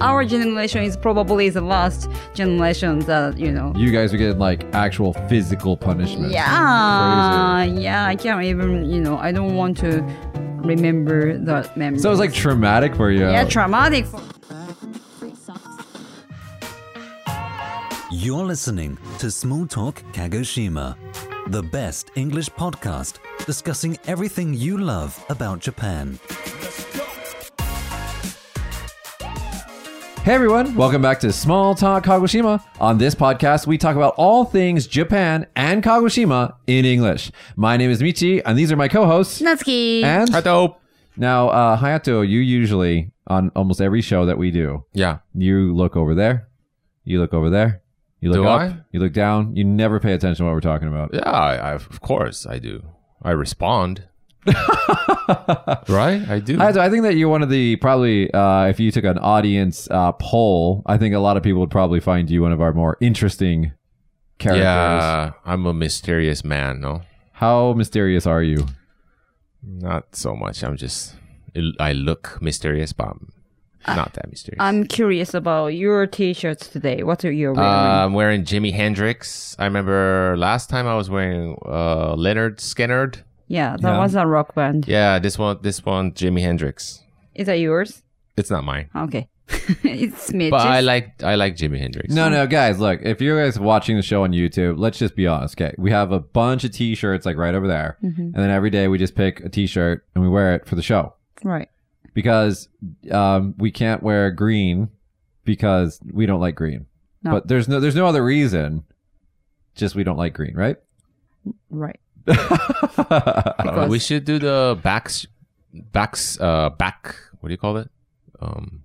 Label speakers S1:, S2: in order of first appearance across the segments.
S1: our generation is probably the last generation that you know.
S2: You guys are getting like actual physical punishment.
S1: Yeah, yeah. I can't even you know. I don't want to remember that memory.
S2: So it was like traumatic for you.
S1: yeah, traumatic. For-
S3: You're listening to Small Talk Kagoshima, the best English podcast discussing everything you love about Japan.
S2: Hey everyone, welcome back to Small Talk Kagoshima. On this podcast, we talk about all things Japan and Kagoshima in English. My name is Michi, and these are my co-hosts.
S1: Natsuki.
S4: Eh?
S2: And
S4: Hato.
S2: now, uh, Hayato, you usually on almost every show that we do,
S4: Yeah.
S2: you look over there, you look over there, you look
S4: Do
S2: up,
S4: I?
S2: you look down. You never pay attention to what we're talking about.
S4: Yeah, I, I, of course I do. I respond. right? I do.
S2: I, I think that you're one of the probably uh, if you took an audience uh, poll, I think a lot of people would probably find you one of our more interesting characters.
S4: yeah, I'm a mysterious man, no?
S2: How mysterious are you?
S4: Not so much. I'm just, I look mysterious, but I'm not that mysterious. I'm,
S1: I'm curious about your t-shirts today. What are you
S4: uh,
S1: wearing?
S4: I'm wearing Jimi Hendrix. I remember last time I was wearing uh, Leonard Skinner.
S1: yeah, that was a rock band.
S4: Yeah, this one, this one, Jimi Hendrix.
S1: Is that yours?
S4: It's not mine,
S1: Okay, it's Mitch's.
S4: but I like, I like Jimi Hendrix.
S2: No, no, guys, look, if you guys watching the show on YouTube, let's just be honest, okay? We have a bunch of t shirts like right over there.
S1: Mm-hmm.
S2: And then every day we just pick a t shirt and we wear it for the show
S1: right.
S2: because um, we can't wear green because we don't like green.
S1: No.
S2: But there's no there's no other reason. Just we don't like green, right?
S1: Right.
S4: I don't know. Uh, We should do the backs, backs, uh, back. What do you call it? Um,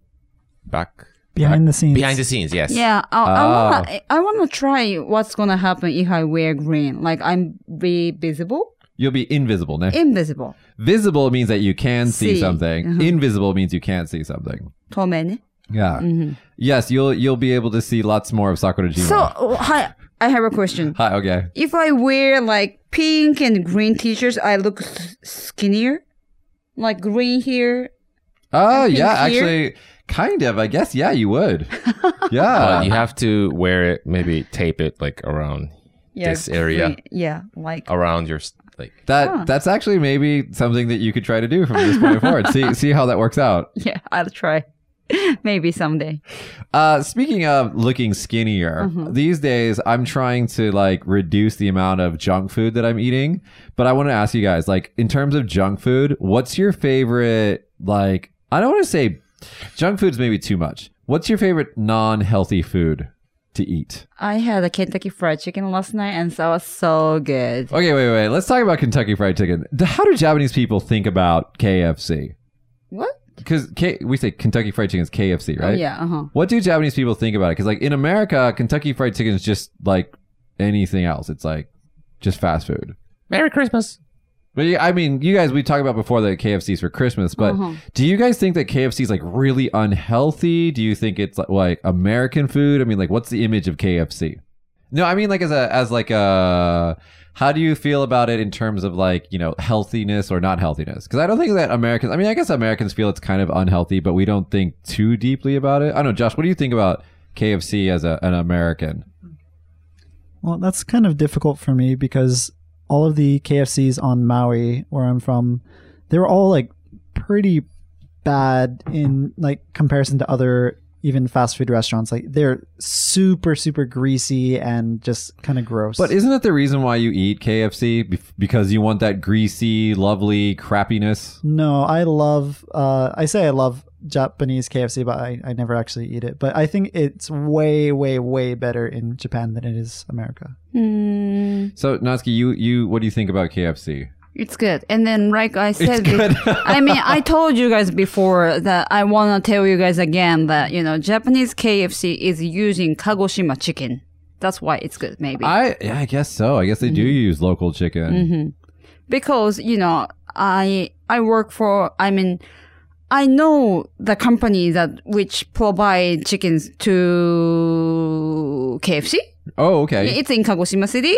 S4: back
S5: Behind the scenes.
S4: behind the scenes. Yes.
S1: Yeah, I, I
S4: Oh.
S2: Ah.
S1: wanna, I wanna try what's gonna happen if I wear green. Like I'm be visible,
S2: You'll be invisible. Now,
S1: invisible.
S2: visible means that you can see,
S1: See.
S2: something.
S1: Uh-huh.
S2: Invisible means you can't see something.
S1: Tomene. Mm.
S2: Yeah. Yes, you'll you'll be able to see lots more of Sakura Jima.
S1: So oh, hi, I have a question.
S2: Hi, okay.
S1: If I wear like pink and green t-shirts, I look s- skinnier. Like green here.
S2: Oh
S1: think
S2: yeah,
S1: here-
S2: actually, kind of. I guess yeah, you would.
S4: Uh,
S2: Yeah,
S4: you have to wear it. Maybe tape it like around
S1: Yeah,
S4: This area.
S1: green- yeah, like
S4: around your s- like.
S2: that that's actually maybe something that you could try to do from this point forward. See see how that works out.
S1: yeah. I'll try. Maybe someday.
S2: Uh, speaking of looking skinnier, these days I'm trying to like reduce the amount of junk food that I'm eating. But I want to ask you guys, like in terms of junk food, what's your favorite? Like I don't want to say junk food's maybe too much. What's your favorite non-healthy food to eat?
S1: I had a Kentucky Fried Chicken last night, and that was so good.
S2: Okay, wait, wait. Let's talk about Kentucky Fried Chicken. The- How do Japanese people think about KFC?
S1: What?
S2: Because K- we say Kentucky Fried Chicken is KFC, right?
S1: yeah, uh-huh.
S2: What do Japanese people think about it? Because like in America, Kentucky Fried Chicken is just like anything else. It's like just fast food.
S4: Merry Christmas.
S2: But yeah, I mean, you guys, we talked about before that KFC's for Christmas. But do you guys think that KFC's like really unhealthy? Do you think it's like, like American food? I mean, like what's the image of KFC? No, I mean like as a as like a how do you feel about it in terms of like you know healthiness or not healthiness? Because I don't think that Americans. I mean, I guess Americans feel it's kind of unhealthy, but we don't think too deeply about it. I don't know, Josh. What do you think about KFC as a, an American?
S5: Well, that's kind of difficult for me because all of the KFCs on Maui, where I'm from, they were all like pretty bad in like comparison to other even fast food restaurants. Like they're super, super greasy and just kind of gross.
S2: But isn't it the reason why you eat KFC Bef- because you want that greasy, lovely crappiness?
S5: No, I love. Uh, I say I love Japanese KFC, but I, I never actually eat it. But I think it's way, way, way better in Japan than it is America.
S1: Hmm.
S2: So Natsuki, you you what do you think about KFC?
S1: It's good. And then, like I said,
S2: good.
S1: be- I mean, I told you guys before that I want to tell you guys again that, you know, Japanese KFC is using Kagoshima chicken. That's why it's good, maybe.
S2: I yeah, I guess so. I guess they
S1: Mm-hmm.
S2: do use local chicken.
S1: because, you know, I, I work for, I mean, I know the company that which provide chickens to KFC.
S2: Oh, okay. Oh,
S1: It's in Kagoshima City.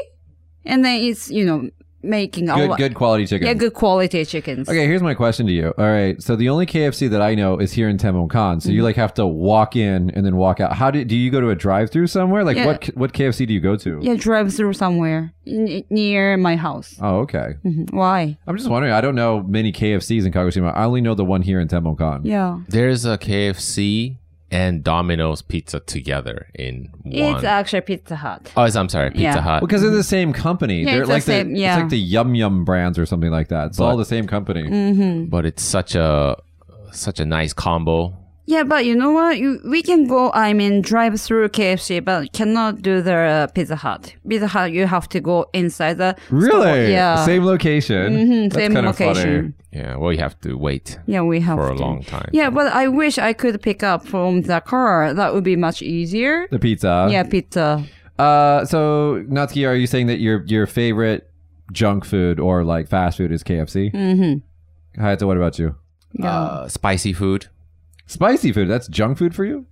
S1: And then it's, you know, making a
S2: Good,
S1: lot-
S2: good quality chicken.
S1: yeah good quality chickens.
S2: Okay, here's my question to you. All right, so the only KFC that I know is here in Temucan. So
S1: Mm-hmm.
S2: you like have to walk in and then walk out. How do do you go to a drive-through somewhere? Like
S1: Yeah.
S2: what what KFC do you go to?
S1: Yeah, drive through somewhere n- near my house.
S2: Oh, okay.
S1: Mhm. Why?
S2: I'm just wondering. I don't know many KFCs in Kagoshima. I only know the one here in Temucan.
S1: Yeah.
S4: There's a KFC and Domino's pizza together in one.
S1: It's actually Pizza Hut.
S4: oh, it's- I'm sorry, Pizza
S1: Yeah.
S4: Hut.
S2: Because they're the same company.
S1: Yeah,
S2: they're
S1: it's the
S2: like
S1: same- yeah.
S2: It's like the Yum Yum brands or something like that. It's all the same company.
S1: Mm-hmm.
S4: But it's such a such a nice combo.
S1: Yeah, but you know what? You, we can go, I mean, drive through KFC, but cannot do the uh, Pizza Hut. Pizza Hut, you have to go inside the. store.
S2: Really?
S1: Yeah.
S2: Same location.
S1: Mhm,
S2: That's
S1: same
S2: kinda
S1: location.
S2: funny.
S4: Yeah, well, you have to wait
S1: Yeah, we have
S4: for a
S1: to.
S4: long time.
S1: Yeah, but I wish I could pick up from the car. That would be much easier.
S2: The pizza.
S1: yeah, pizza.
S2: Uh, so Natsuki, are you saying that your your favorite junk food or like fast food is KFC?
S1: hmm
S2: Hayato, what about you?
S1: Yeah.
S4: Uh, spicy food.
S2: Spicy food. That's junk food for you.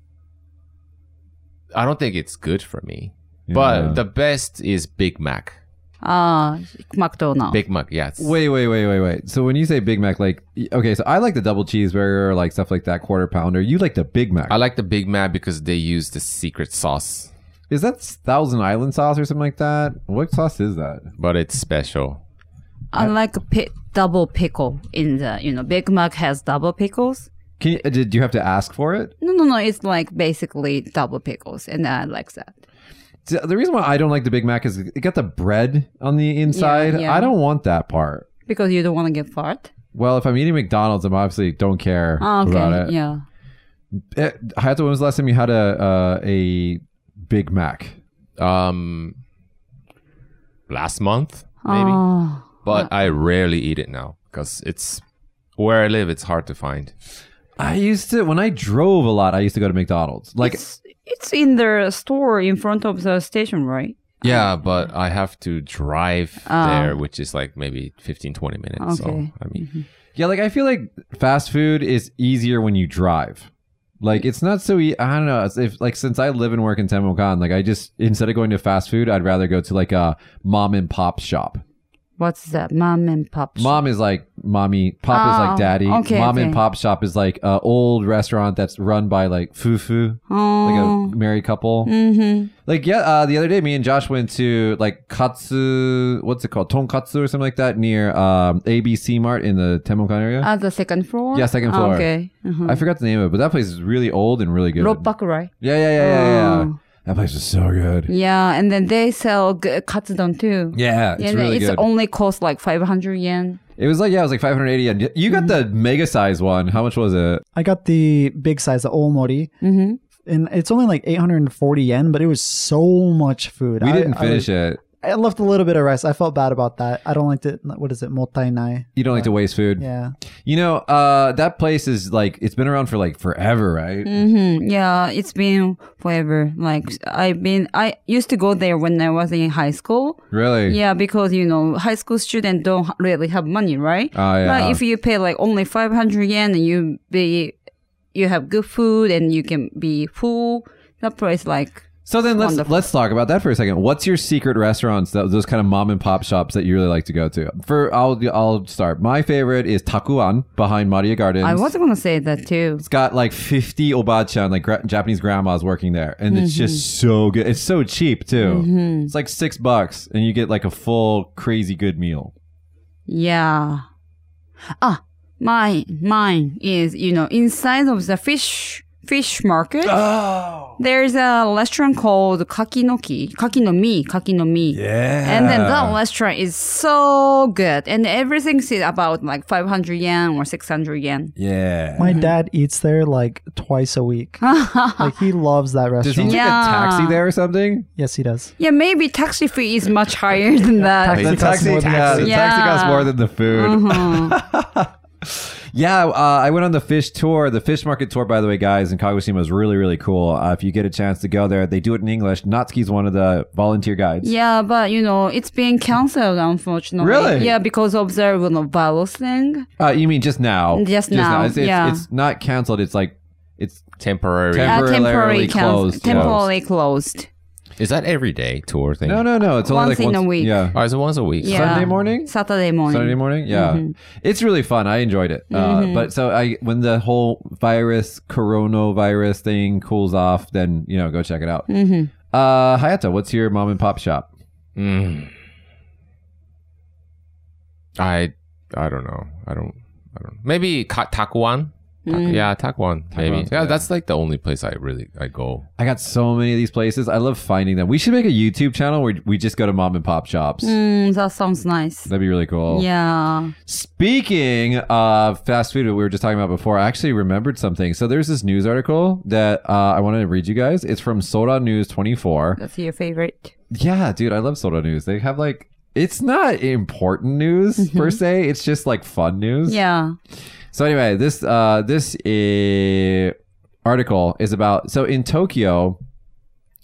S4: I don't think it's good for me.
S2: Yeah.
S4: But the best is Big Mac.
S1: Ah, McDonald's.
S4: Big Mac, yes.
S2: Wait, wait, wait, wait, wait. So when you say Big Mac, like, y- okay, so I like the double cheeseburger, like stuff like that, quarter pounder. You like the Big Mac.
S4: I like the Big Mac because they use the secret sauce,
S2: is that Thousand Island sauce or something like that? What sauce is that?
S4: but it's special.
S1: I like a pi- double pickle in the, you know, Big Mac has double pickles.
S2: Can you, uh, did you have to ask for it?
S1: No, no, no. It's like basically double pickles, and I like that.
S2: See, The reason why I don't like the Big Mac is it got the bread on the inside.
S1: yeah.
S2: I don't want that part.
S1: Because you don't want to get fat.
S2: Well, if I'm eating McDonald's, I'm obviously don't care
S1: Ah, okay.
S2: about it.
S1: Yeah.
S2: Eh, Hayato, when was the last time you had a uh, a Big Mac?
S4: Um, last month maybe,
S1: Ah.
S4: but I rarely eat it now because it's where I live. It's hard to find.
S2: I used to when I drove a lot. I used to go to McDonald's. Like
S1: it's, it's in the store in front of the station, right?
S4: Yeah, but I have to drive
S1: Oh.
S4: there, which is like maybe 15, 20 minutes.
S1: Okay.
S4: So I mean,
S2: yeah, like I feel like fast food is easier when you drive. Like it's not so. E- I don't know. It's If like since I live and work in Temukan, like I just instead of going to fast food, I'd rather go to like a mom and pop shop.
S1: What's that? Mom and pop. shop.
S2: Mom is like mommy. Pop is
S1: Oh,
S2: like daddy.
S1: okay,
S2: mom
S1: okay.
S2: and pop shop is like a old restaurant that's run by like fufu, like
S1: Oh.
S2: a married couple.
S1: mm-hmm.
S2: Like yeah, uh, the other day, me and Josh went to like katsu, what's it called, tonkatsu or something like that, near um, ABC Mart in the Temukan area.
S1: At Ah, the second floor?
S2: Yeah, second floor.
S1: Okay. Uh-huh.
S2: I forgot the name of it, but that place is really old and really good.
S1: Ropaku, right?
S2: yeah, yeah, yeah, yeah, yeah.
S1: Oh.
S2: That place is so good.
S1: Yeah, and then they sell g- katsudon too.
S2: Yeah, it's
S1: and
S2: really
S1: it's
S2: good.
S1: only cost like 500 yen.
S2: it was like yeah, it was like 580 yen. You got
S1: Mm-hmm.
S2: the mega size one. How much was it?
S5: I got the big size, the Omori,
S1: Mm-hmm.
S5: and it's only like 840 yen, but it was so much food.
S2: We
S5: I-
S2: didn't
S5: I
S2: finish it.
S5: I left a little bit of rest. I felt bad about that. I don't like to. What is it? Motainai.
S2: You don't like
S1: Uh,
S2: to waste food.
S5: Yeah.
S2: You know, uh, that place is like it's been around for like forever, right?
S1: Mm-hmm. Yeah, it's been forever. Like I've been, I used to go there when I was in high school.
S2: Really?
S1: Yeah, because you know, high school students don't h- really have money, right?
S2: Oh, yeah.
S1: But if you pay like only five hundred yen and you be, you have good food and you can be full. That place, like,
S2: So then let's
S1: Wonderful.
S2: let's talk about that for a second. What's your secret restaurants? That, those kind of mom and pop shops that you really like to go to. For I'll I'll start. My favorite is Takuan behind Maria Gardens.
S1: I was gonna say that too.
S2: It's got like fifty obachan, like gra- Japanese grandmas working there, and it's just
S1: Mm-hmm.
S2: so good. It's so cheap too. It's like six bucks, and you get like a full crazy good meal.
S1: Yeah. Ah, mine, mine is you know inside of the fish fish market.
S2: Oh
S1: There's a restaurant called Kakinoki, Kakinomi, Kakinomi.
S2: yeah!
S1: And then
S2: Uh.
S1: that restaurant is so good. And everything's about like 500 yen or 600 yen.
S2: yeah.
S5: My dad eats there like twice a week. like he loves that
S2: Does he
S5: restaurant.
S2: take
S1: Yeah.
S2: a taxi there or something?
S5: yes, he does.
S1: Yeah, maybe taxi fee is much higher than that.
S5: Taxi-
S2: the
S5: costs
S2: taxi,
S5: more than
S2: yeah,
S1: taxi.
S2: the taxi
S1: Yeah.
S2: costs
S1: Mm-hmm.
S2: more than the food.
S1: Mhm.
S2: Yeah, uh, I went on the fish tour. The fish market tour, by the way, guys, in Kagoshima is really, really cool. Uh, if you get a chance to go there, they do it in English. Natsuki's one of the volunteer guides.
S1: yeah, but you know, it's being canceled, unfortunately.
S2: Really?
S1: Yeah, because of the you know, virus thing.
S2: Uh, you mean just now?
S1: Just now,
S2: It's, it's,
S1: yeah.
S2: it's not canceled. It's like it's
S4: temporary.
S2: Temporary
S1: Uh, temporarily
S2: closed,
S1: Temporarily closed.
S4: Is that every day tour thing?
S2: No, no, no. It's only
S1: Once
S2: like
S1: in
S2: once
S1: a week.
S2: Yeah.
S4: All right, so once a week.
S1: Yeah.
S2: Sunday morning?
S1: Saturday morning. Mm-hmm.
S2: Saturday morning? Yeah. It's really fun. I enjoyed it. Uh, but so I when the whole virus coronavirus thing cools off, then you know, go check it out.
S1: Mhm.
S2: Uh Hayata, what's your mom and pop shop?
S4: Mm. I I don't know. I don't I don't maybe Ka- Takuan. Ta- Yeah, Takuan. Maybe.
S2: Takuan's
S4: Yeah,
S2: good.
S4: that's like the only place I really I go.
S2: I got so many of these places. I love finding them. We should make a YouTube channel where we just go to mom and pop shops.
S1: Mm, that sounds nice.
S2: That'd be really cool.
S1: Yeah.
S2: Speaking of fast food, what we were just talking about before, I actually remembered something. So there's this news article that uh, I wanted to read you guys. It's from Soda News 24.
S1: That's your favorite.
S2: Yeah, dude, I love Soda News. They have like it's not important news per se. It's just like fun news.
S1: Yeah.
S2: So anyway, this uh this uh, article is about so in Tokyo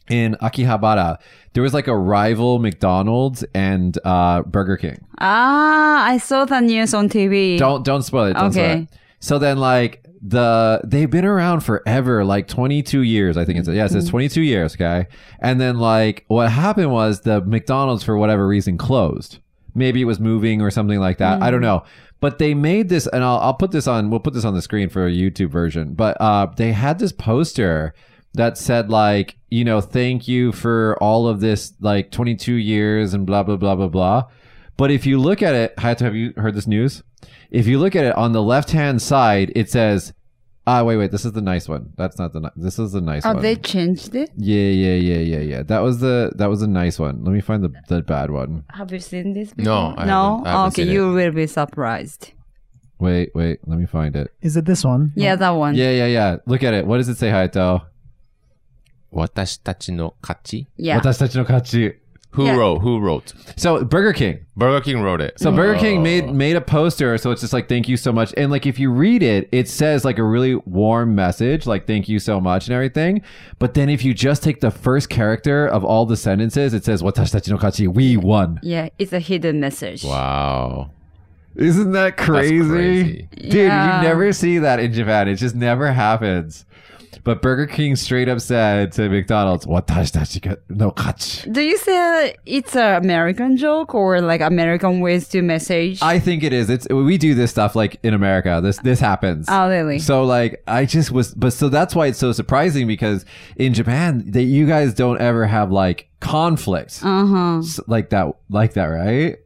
S2: in Akihabara, there was like a rival McDonald's and uh, Burger King.
S1: Ah, I saw the news on TV.
S2: Don't don't spoil it. Don't Spoil
S1: Okay.
S2: it. So then like the they've been around forever, like 22 years, I think it's yes, it's 22 years, okay. And then like what happened was the McDonald's for whatever reason closed. Maybe it was moving or something like that. I don't know. But they made this, and I'll, I'll put this on. We'll put this on the screen for a YouTube version. But uh, they had this poster that said like you know thank you for all of this like 22 years and blah blah blah blah blah but if you look at it Hayato, have you heard this news if you look at it on the left hand side it says ah wait wait this is the nice one that's not the ni- this is the nice
S1: Oh,
S2: one
S1: they changed it?
S2: yeah yeah yeah yeah yeah that was the that was a nice one let me find the, the bad one
S1: Have you seen this before?
S4: No, I
S1: no?
S4: haven't- I haven't
S1: okay,
S4: seen
S1: you will be surprised.
S2: wait wait let me find it
S5: Is it this one?
S1: Yeah, that one.
S2: yeah yeah yeah look at it what does it say Hayato
S4: Watashitachi no kachi.
S1: Yeah.
S2: Watashitachi no kachi.
S4: Who
S1: Yeah.
S4: wrote? Who wrote?
S2: so Burger King
S4: Burger King wrote it.
S2: So Burger King
S4: Oh.
S2: made made a poster, so it's just like thank you so much, and like if you read it, it says like a really warm message, like thank you so much and everything. But then if you just take the first character of all the sentences, it says "Watashitachi no kachi," we won.
S1: Yeah, it's a hidden message.
S4: Wow.
S2: Isn't that crazy,
S4: crazy.
S2: dude?
S1: Yeah.
S2: You never see that in Japan. It just never happens. But Burger King straight up said to McDonald's, "Watashitachi ka- no kachi."
S1: Do you say it's an American joke or like American ways to message?
S2: I think it is. It's we do this stuff like in America. This this happens.
S1: oh, really?
S2: So like I just was, but so that's why it's so surprising because in Japan that you guys don't ever have like conflict
S1: uh huh.
S2: s- like that, like that, right?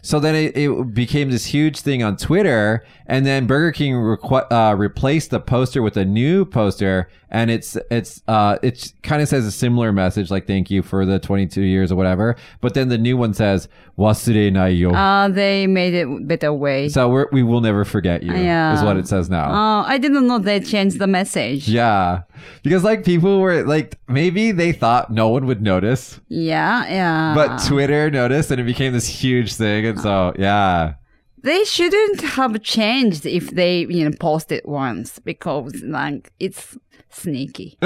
S2: So then it, it became this huge thing on Twitter, and then Burger King requ- uh, replaced the poster with a new poster, and it's it's uh, it kind of says a similar message like thank you for the 22 years or whatever, but then the new one says wasure yo.
S1: Uh, they made it better way.
S2: so we're, we will never forget you
S1: Yeah.
S2: is what it says now.
S1: uh, I didn't know they changed the message.
S2: Yeah. Because like people were like maybe they thought no one would notice,
S1: yeah. yeah.
S2: but Twitter noticed and it became this huge thing and so yeah.
S1: they shouldn't have changed if they you know posted once because like it's sneaky.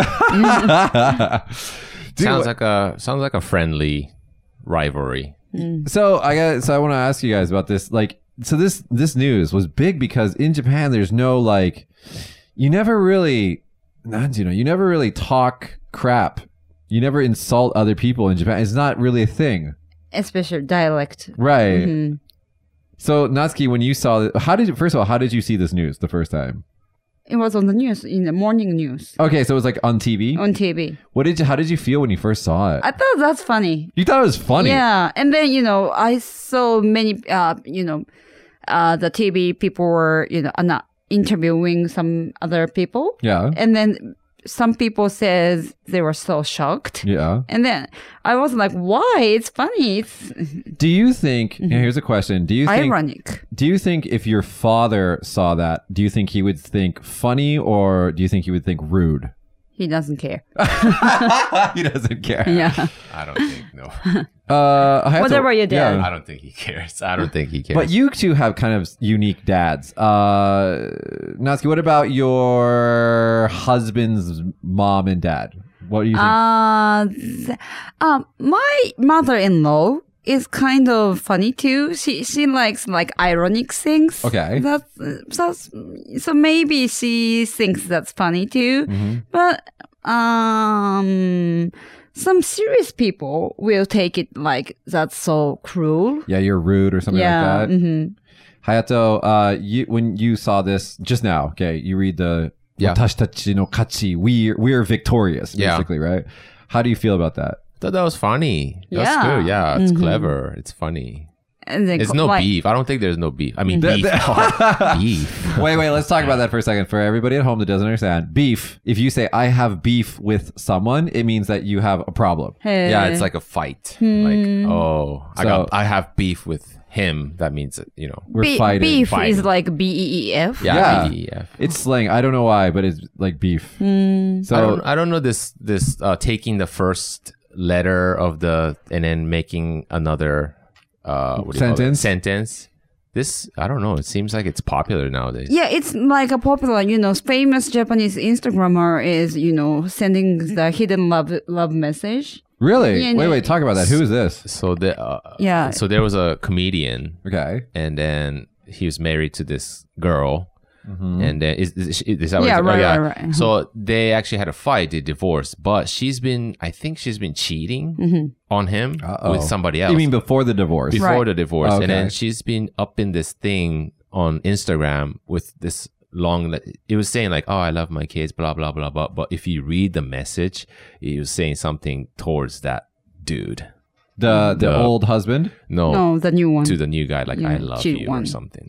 S2: Dude,
S4: sounds like a sounds like a friendly rivalry.
S2: so I got so I want to ask you guys about this like so this this news was big because in Japan there's no like you never really not you know you never really talk crap. You never insult other people in Japan. It's not really a thing.
S1: Especially dialect.
S2: Right.
S1: Mhm.
S2: So Natsuki, when you saw it, how did you first of all, how did you see this news the first time?
S1: It was on the news in the morning news
S2: Okay, so it was like on TV.
S1: on TV.
S2: What did you? How did you feel when you first saw it?
S1: Oh. I thought that's funny.
S2: you thought it was funny.
S1: Yeah, and then you know I saw many uh you know uh the TV people were you know uh, not interviewing some other people,
S2: Yeah.
S1: and then some people says they were so shocked.
S2: Yeah.
S1: And then I was like, "Why? It's funny. It's
S2: Do you think? and
S1: Mm-hmm.
S2: Here's a question. Do you think?
S1: ironic."
S2: Do you think if your father saw that, do you think he would think funny or do you think he would think rude?
S1: He doesn't care.
S2: he doesn't care.
S1: Yeah,
S4: I don't think no.
S2: Uh, I had to-
S1: Whatever your dad.
S4: I don't think he cares. I don't think he cares.
S2: But you two have kind of unique dads. Uh, Natsuki, what about your husband's mom and dad? What do you think?
S1: Uh, th- um, my mother-in-law is kind of funny too. She she likes like ironic things.
S2: Okay.
S1: That's, that's so maybe she thinks that's funny too. But um, some serious people will take it like that's so cruel.
S2: Yeah, you're rude or something
S1: yeah.
S2: like that.
S1: mhm.
S2: Hayato, uh, you when you saw this just now, okay, you read the
S4: Yeah.
S2: Watashi tachi no kachi. We we are victorious,
S4: Yeah.
S2: basically, right? How do you feel about that?
S4: thought that was funny. That's
S1: Yeah.
S4: good. Yeah, it's clever. It's funny.
S1: And then
S4: It's
S1: co-
S4: no
S1: like-
S4: beef. I don't think there's no beef. I mean,
S2: The-
S4: beef.
S2: the-
S4: beef.
S2: Wait, wait, let's talk about that for a second. For everybody at home that doesn't understand, beef, if you say I have beef with someone, it means that you have a problem.
S1: Hey.
S4: Yeah, it's like a fight.
S1: Hmm.
S4: Like, oh, I
S2: So-
S4: got, I have beef with him. That means you know.
S2: We're
S1: Be-
S2: fighting.
S1: Beef
S4: Fighting.
S1: is like B E E F.
S2: Yeah.
S4: Yeah. BEF.
S2: It's slang. I don't know why, but it's like beef.
S1: Hmm.
S4: I
S2: So
S4: don't, I don't know this this uh, taking the first letter of the and then making another uh, what do you call it?
S2: Sentence?
S4: sentence. This I don't know. It seems like it's popular nowadays.
S1: Yeah, it's like a popular, you know, famous Japanese Instagrammer is, you know, sending the hidden love love message.
S2: really,
S1: Yeah,
S2: wait,
S1: no.
S2: wait, talk about that. Who is this?
S4: So the uh,
S1: Yeah.
S4: So there was a comedian,
S2: Okay.
S4: and then he was married to this girl.
S2: Mm-hmm.
S4: And then is, is, is that what
S1: Yeah,
S4: it's- oh,
S1: right, right, uh-huh. right.
S4: So they actually had a fight. They divorced, but she's been, I think she's been cheating on him
S2: Uh-oh.
S4: with somebody else.
S2: You mean before the divorce?
S4: before
S1: Mm-hmm. Right.
S4: the divorce,
S2: Okay.
S4: and then she's been up in this thing on Instagram with this long. le- It was saying like, "Oh, I love my kids," blah blah blah blah. But if you read the message, it was saying something towards that dude.
S2: The the
S4: The-
S2: old husband?
S4: No,
S1: No, the new one.
S4: to the new guy, like,
S1: Yeah,
S4: "I love
S1: cheat
S4: you"
S1: one. Mm-hmm.
S4: or something.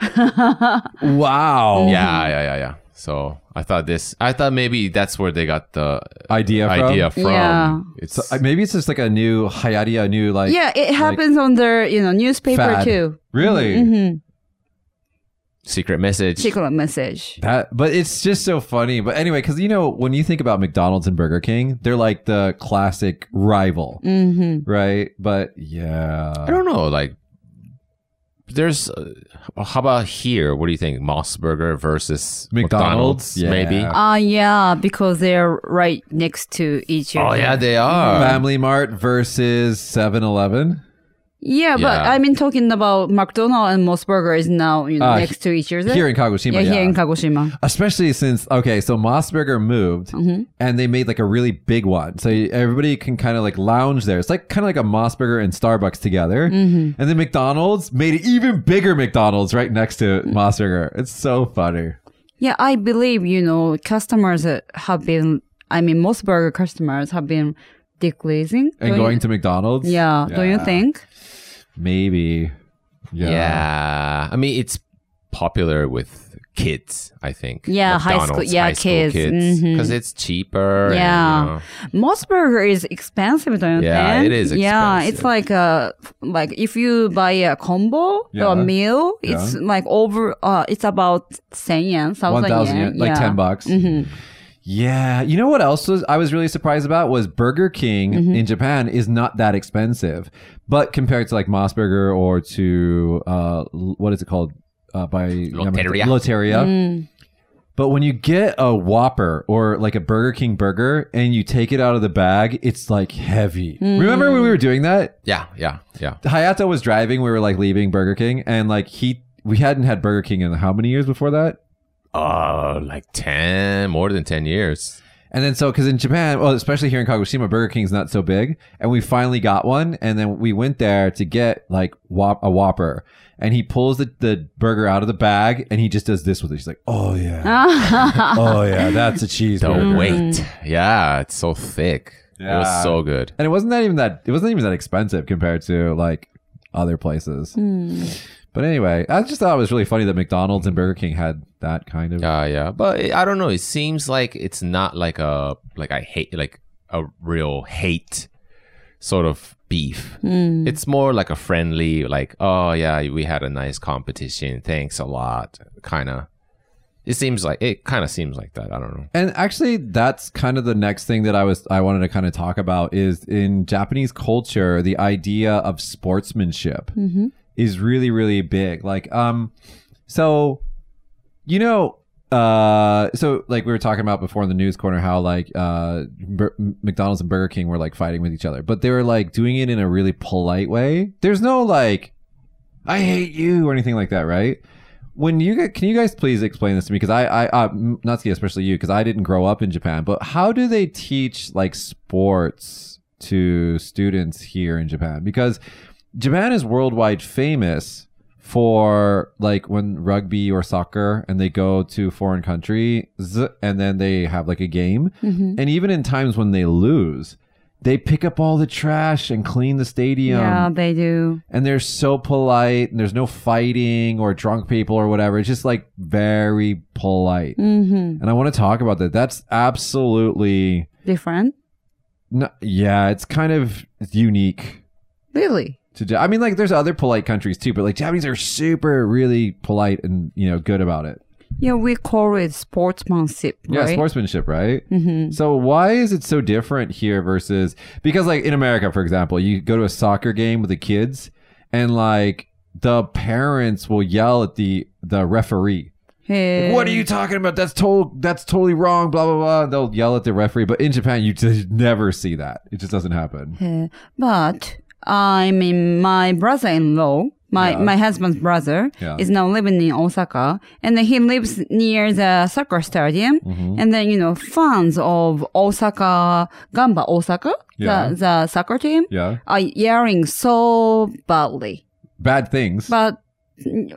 S2: Wow.
S4: Yeah, yeah, yeah, yeah. So I thought this. I thought maybe that's where they got the
S2: Idea from?
S4: idea from.
S1: Yeah.
S4: It's
S2: So uh, maybe it's just like a new hayati, a new like
S1: yeah, it happens on their, you know, newspaper
S2: fad.
S1: too.
S2: Really?
S1: Mm-hmm.
S4: secret message.
S1: Secret message.
S2: That, but it's just so funny. But anyway, because you know when you think about McDonald's and Burger King, they're like the classic rival,
S1: Mm-hmm.
S2: right? But yeah,
S4: I don't know. Like, there's uh, how about here? What do you think? Moss Burger versus
S2: McDonald's?
S4: McDonald's,
S2: Yeah.
S4: maybe.
S1: Ah, yeah, because they're right next to each other.
S4: oh yeah, they are.
S2: Family Mart versus 7-Eleven.
S1: Yeah, but
S4: Yeah.
S1: I mean, talking about McDonald and Moss Burger is now you know,
S2: Ah,
S1: next to each other.
S2: here in Kagoshima.
S1: yeah,
S2: Yeah,
S1: here in Kagoshima.
S2: Especially since okay, so Mossberger moved
S1: Mm-hmm.
S2: and they made like a really big one, so everybody can kind of like lounge there. It's like kind of like a Mossberger and Starbucks together,
S1: Mm-hmm.
S2: and then McDonald's made an even bigger McDonald's right next to
S1: Mm-hmm.
S2: Mossberger. It's so funny.
S1: Yeah, I believe you know customers uh, have been. I mean, Moss Burger customers have been decreasing
S2: And
S1: Don't
S2: going
S1: you-
S2: to McDonald's,
S1: Yeah, don't you think?
S2: Maybe.
S4: yeah. I mean, it's popular with kids. I think.
S1: Yeah, high school-
S4: McDonald's,
S1: yeah,
S4: high school
S1: kids.
S4: kids,
S1: Mhm.
S4: because it's cheaper. and,
S1: Yeah.
S4: you know.
S1: Moss Burger is expensive, don't you
S4: Yeah,
S1: think?
S4: it is
S1: Yeah,
S4: expensive.
S1: it's like a like if you buy a combo
S2: Yeah.
S1: or a meal,
S2: Yeah.
S1: it's like over. Uh, it's about ten yen, thousand
S2: 1,000
S1: yen,
S2: yen, like
S1: yeah. Mm-hmm.
S2: 10 bucks. Yeah. You know what else was, I was really surprised about was Burger King in Japan is not that expensive. But compared to like Mossburger or to, uh, l- what is it called? Uh, by
S4: Lotteria.
S2: Loteria.
S1: Mm.
S2: But when you get a Whopper or like a Burger King burger and you take it out of the bag, it's like heavy. Remember when we were doing that?
S4: yeah, yeah, yeah.
S2: Hayato was driving. We were like leaving Burger King and like he, we hadn't had Burger King in how many years before that?
S4: Oh, like ten, more than ten years.
S2: And then so, because in Japan, well, especially here in Kagoshima, Burger King's not so big, and we finally got one, and then we went there to get like whop- a Whopper, and he pulls the, the burger out of the bag, and he just does this with it. He's like, "Oh yeah,
S1: Mm-hmm.
S2: oh yeah, that's a
S4: The
S2: cheeseburger."
S4: weight. Yeah, it's so thick. It
S2: Yeah.
S4: was so good.
S2: And it wasn't that even that it wasn't even that expensive compared to like other places.
S1: Mm-hmm.
S2: But anyway, I just thought it was really funny that McDonald's and Burger King had that kind of.
S4: Yeah, yeah, but it, I don't know. It seems like it's not like a like I hate like a real hate sort of beef.
S2: Mm-hmm.
S1: Mm-hmm.
S4: It's more like a friendly, like oh yeah, we had a nice competition. Thanks a lot, kind of. It seems like it kind of seems like that. I don't know.
S2: And actually, that's kind of the next thing that I was I wanted to kind of talk about is in Japanese culture, the idea of sportsmanship is really really big. Like, um, so you know, uh, so like we were talking about before in the news corner how like uh Bur- McDonald's and Burger King were like fighting with each other, but they were like doing it in a really polite way. There's no like, I hate you or anything like that, right? when you get, can you guys please explain this to me? Because I, uh, I, I Natsuki, especially you, because I didn't grow up in Japan. But how do they teach like sports to students here in Japan? Because Japan is worldwide famous for like when rugby or soccer and they go to foreign countries and then they have like a game.
S1: Mm-hmm.
S2: And even in times when they lose, they pick up all the trash and clean the stadium
S1: yeah, they do.
S2: and they're so polite and there's no fighting or drunk people or whatever it's just like very polite
S1: hmm
S2: and i want to talk about that that's absolutely
S1: Different,
S2: no, yeah it's kind of unique
S1: really.
S2: to Ja- i mean like there's other polite countries too but like japanese are super really polite and you know good about it
S1: Yeah, we call it sportsmanship,
S2: yeah
S1: right?
S2: sportsmanship right
S1: hmm
S2: so why is it so different here versus because like in America, for example, you go to a soccer game with the kids and like the parents will yell at the the referee. Like, what are you talking about? That's total that's totally wrong, blah blah blah. They'll yell at the referee, but in Japan you just never see that. It just doesn't happen.
S1: Uh, but I mean, my brother-in-law, my
S2: Yeah.
S1: my husband's brother,
S2: Yeah.
S1: is now living in Osaka, and he lives near the soccer stadium.
S2: Mm-hmm.
S1: And then you know, fans of Osaka Gamba Osaka,
S2: Yeah.
S1: the, the soccer team,
S2: Yeah.
S1: are yelling so badly.
S2: Bad things.
S1: But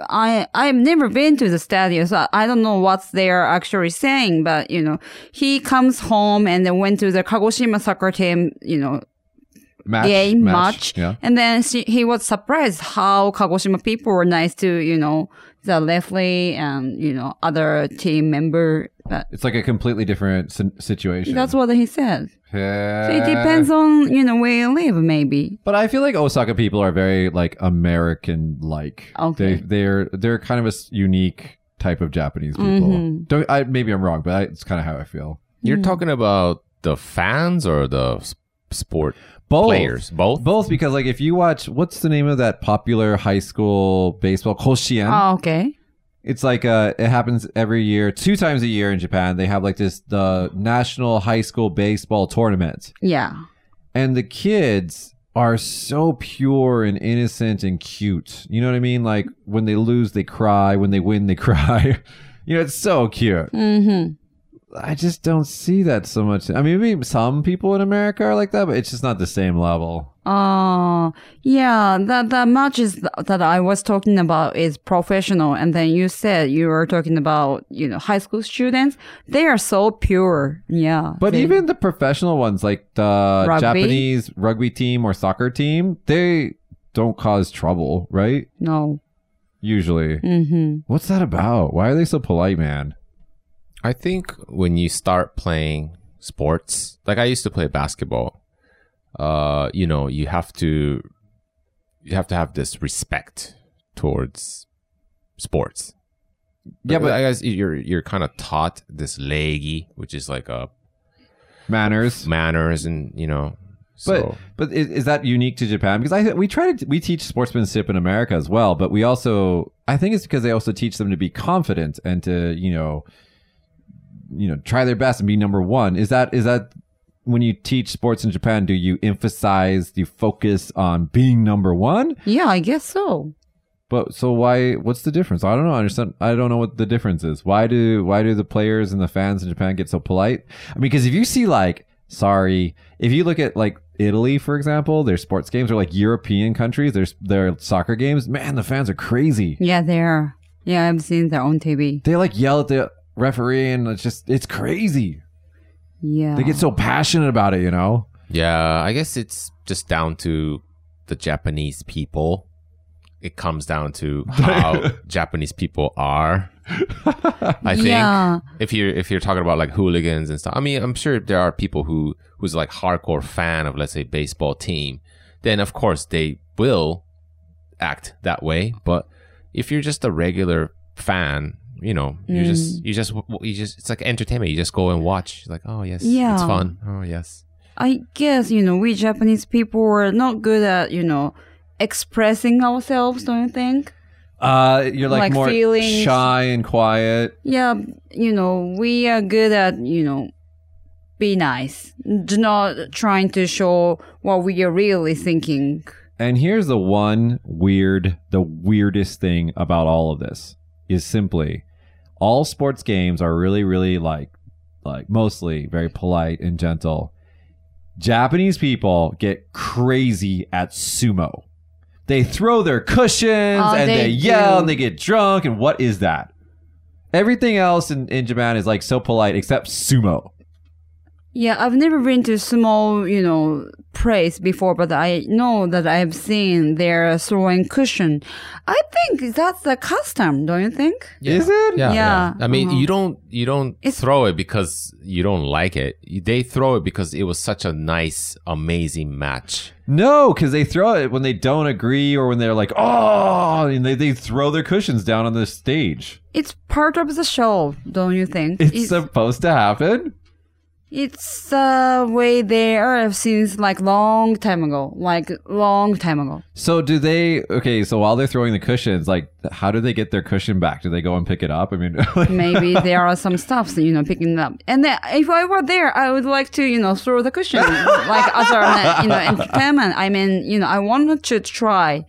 S1: I I've never been to the stadium, so I don't know what they're actually saying. But you know, he comes home and then went to the Kagoshima soccer team, you know,
S2: match,
S1: game match,
S2: Yeah.
S1: and then she, he was surprised how Kagoshima people were nice to you know the referee and you know other team member. But
S2: It's like a completely different sin- situation.
S1: that's what he said.
S2: Yeah.
S1: So it depends on you know where you live, maybe.
S2: But I feel like Osaka people are very like American like.
S1: Okay.
S2: They they're they're kind of a s- unique type of Japanese people.
S1: Mhm.
S2: Don't I maybe I'm wrong, but I, it's kind of how I feel.
S4: You're talking about the fans or the s- sport
S2: Both.
S4: players? Both.
S2: Both because like if you watch what's the name of that popular high school baseball koshien?
S1: Oh, okay.
S2: It's like uh it happens every year, two times a year in Japan. They have like this the national high school baseball tournament.
S1: Yeah.
S2: and the kids are so pure and innocent and cute. You know what I mean? Like when they lose, they cry. When they win, they cry. you know, it's so cute.
S1: Mm-hmm.
S2: I just don't see that so much. I mean, maybe some people in America are like that, but it's just not the same level.
S1: Oh, yeah. That the matches th- that I was talking about is professional, and then you said you were talking about you know high school students. They are so pure. Yeah.
S2: But
S1: They-
S2: even the professional ones, like the
S1: Rugby?
S2: Japanese rugby team or soccer team, they don't cause trouble, right?
S1: no.
S2: Usually.
S1: Mm-hmm.
S2: What's that about? Why are they so polite, man?
S4: I think when you start playing sports, like I used to play basketball, uh, you know, you have to you have to have this respect towards sports.
S2: Yeah, but
S4: I guess you're you're kind of taught this leggy, which is like a
S2: manners.
S4: manners and you know.
S2: But
S4: So
S2: but is, is that unique to Japan? Because I we try to we teach sportsmanship in America as well, but we also I think it's because they also teach them to be confident and to you know you know try their best and be number one. Is that is that when you teach sports in Japan? Do you emphasize do you focus on being number one?
S1: Yeah, I guess so.
S2: But so why? What's the difference? I don't know. I understand. I don't know what the difference is. Why do why do the players and the fans in Japan get so polite? I mean, because if you see like, sorry, if you look at like Italy, for example, their sports games or like European countries, their their soccer games. Man, the fans are crazy.
S1: Yeah, they are. Yeah, I've seen that on TV.
S2: They like yell at the referee, and it's just it's crazy.
S1: Yeah.
S2: They get so passionate about it, you know.
S4: yeah, I guess it's just down to the Japanese people. It comes down to how Japanese people are. I think.
S1: Yeah.
S4: if you're if you're talking about like hooligans and stuff i mean i'm sure there are people who who's like hardcore fan of let's say baseball team then of course they will act that way but if you're just a regular fan you know you just
S1: Mm.
S4: you just you just it's like entertainment you just go and watch like oh yes
S1: Yeah.
S4: it's fun oh yes
S1: I guess, you know, we Japanese people are not good at, you know, expressing ourselves, don't you think?
S2: Uh, you're like,
S1: Like
S2: more
S1: feelings.
S2: shy and quiet.
S1: Yeah, you know, we are good at, you know, be nice. Do not trying to show what we are really thinking.
S2: And here's the one weird, the weirdest thing about all of this. is simply all sports games are really, really like, like mostly very polite and gentle. Japanese people get crazy at sumo. They throw their cushions
S1: Oh,
S2: and
S1: they
S2: they, yell
S1: do.
S2: and they get drunk. And what is that? Everything else in, in Japan is like so polite except sumo.
S1: Yeah, I've never been to small, you know, place before, but I know that I've seen their throwing cushion. I think that's the custom, don't you think?
S2: Is it?
S4: Yeah,
S1: Yeah.
S4: I mean,
S1: Uh-huh.
S4: you don't you don't
S1: It's-
S4: throw it because you don't like it. You- They throw it because it was such a nice, amazing match.
S2: No, because they throw it when they don't agree or when they're like, oh, and they, they throw their cushions down on the stage.
S1: It's part of the show, don't you think?
S2: It's, supposed to happen.
S1: it's the way they are since like long time ago, like long time ago.
S2: So do they? Okay, so while they're throwing the cushions, like, how do they get their cushion back? Do they go and pick it up? I mean,
S1: Maybe there are some stuffs, you know, picking up. And then if I were there, I would like to, you know, throw the cushion like other, you know, entertainment. I mean, you know, I wanted to try.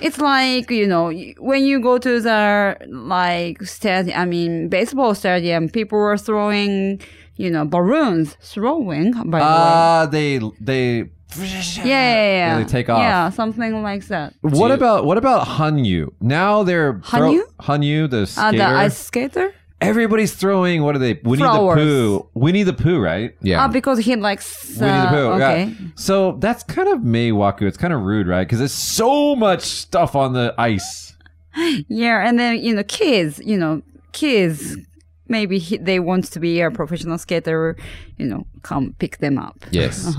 S1: It's like you know when you go to the like stadium. I mean, baseball stadium. People were throwing, you know, balloons. Throwing by the way.
S2: uh, they they.
S1: Yeah, yeah, yeah.
S2: they take off.
S1: Yeah, something like that.
S2: What about what about Hanyu? Now they're throw-
S1: Hanyu?
S2: Hanyu the
S1: Uh,
S2: skater.
S1: the ice skater.
S2: Everybody's throwing. What are they? Winnie
S1: Flowers.
S2: the Pooh. Winnie the Pooh, right?
S4: Yeah,
S1: Ah, because he likes.
S2: Winnie the
S1: uh,
S2: Pooh.
S1: okay.
S2: Yeah. So that's kind of Meiwaku. It's kind of rude, right? Because there's so much stuff on the ice.
S1: Yeah, and then you know, kids, you know, kids.
S2: Mm.
S1: Maybe he, they want to be a professional skater. You know, come pick them up.
S4: yes.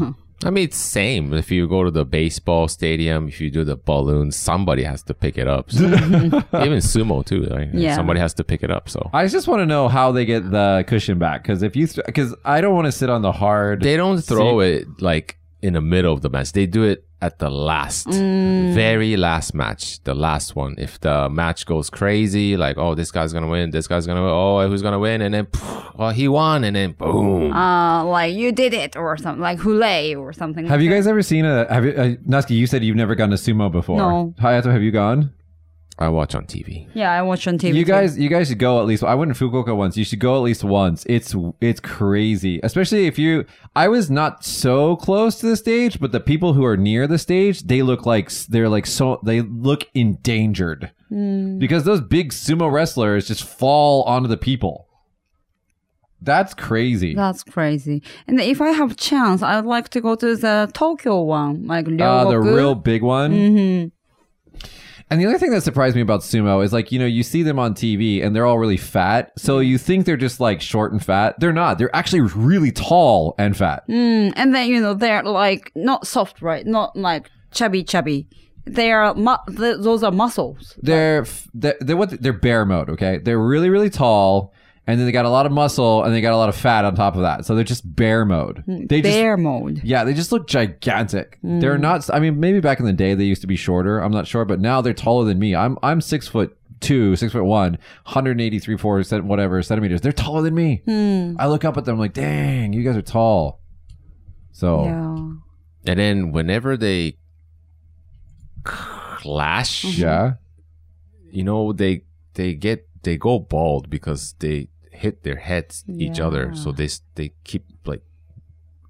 S4: I mean, it's same. If you go to the baseball stadium, if you do the balloon, somebody has to pick it up. So. Even sumo too. Like,
S1: Yeah.
S4: Somebody has to pick it up. So
S2: I just want to know how they get the cushion back. Because if you, because I don't want to sit on the hard.
S4: they don't throw it like in the middle of the match. They do it at the last, very last match, the last one. If the match goes crazy, like oh this guy's gonna win, this guy's gonna win, oh who's gonna win, and then pff, well he won, and then boom.
S1: Uh, like you did it, or something like hooray, or something.
S2: have
S1: like
S2: you guys ever seen a? Have you, uh, Natsuki? You said you've never gone to sumo before.
S1: No.
S2: Hayato, have you gone?
S4: I watch on TV.
S1: that. Yeah, I watch on TV.
S2: You
S1: too.
S2: guys, you guys should go at least. I went to Fukuoka once. You should go at least once. It's it's crazy, especially if you. I was not so close to the stage, but the people who are near the stage, they look like s- they're like so they look endangered because those big sumo wrestlers just fall onto the people. That's crazy.
S1: That's crazy. And if I have chance, I would like to go to the Tokyo one, like
S2: Uh, the
S1: Ryogoku.
S2: real big one.
S1: Mm-hmm.
S2: And the other thing that surprised me about sumo is like, you know, you see them on TV and they're all really fat. So you think they're just like short and fat. They're not. They're actually really tall and fat.
S1: Mm, and then you know they're like not soft, right? Not like chubby, chubby. They are mu- th- those are muscles.
S2: They're, f- they're, they're what they're bear mode. Okay. They're really, really tall. And then they got a lot of muscle and they got a lot of fat on top of that. So they're just bear mode. They just
S1: Mm. Bear mode.
S2: Yeah, they just look gigantic. They're not. I mean, maybe back in the day they used to be shorter. I'm not sure, but now they're taller than me. I'm I'm six foot two, six foot one, 183 four cent whatever centimeters. They're taller than me.
S1: Hmm.
S2: I look up at them like, dang, you guys are tall. So
S1: Yeah.
S4: And then whenever they clash,
S2: yeah,
S4: you know they they get they go bald because they hit their heads each other, so they s- they keep like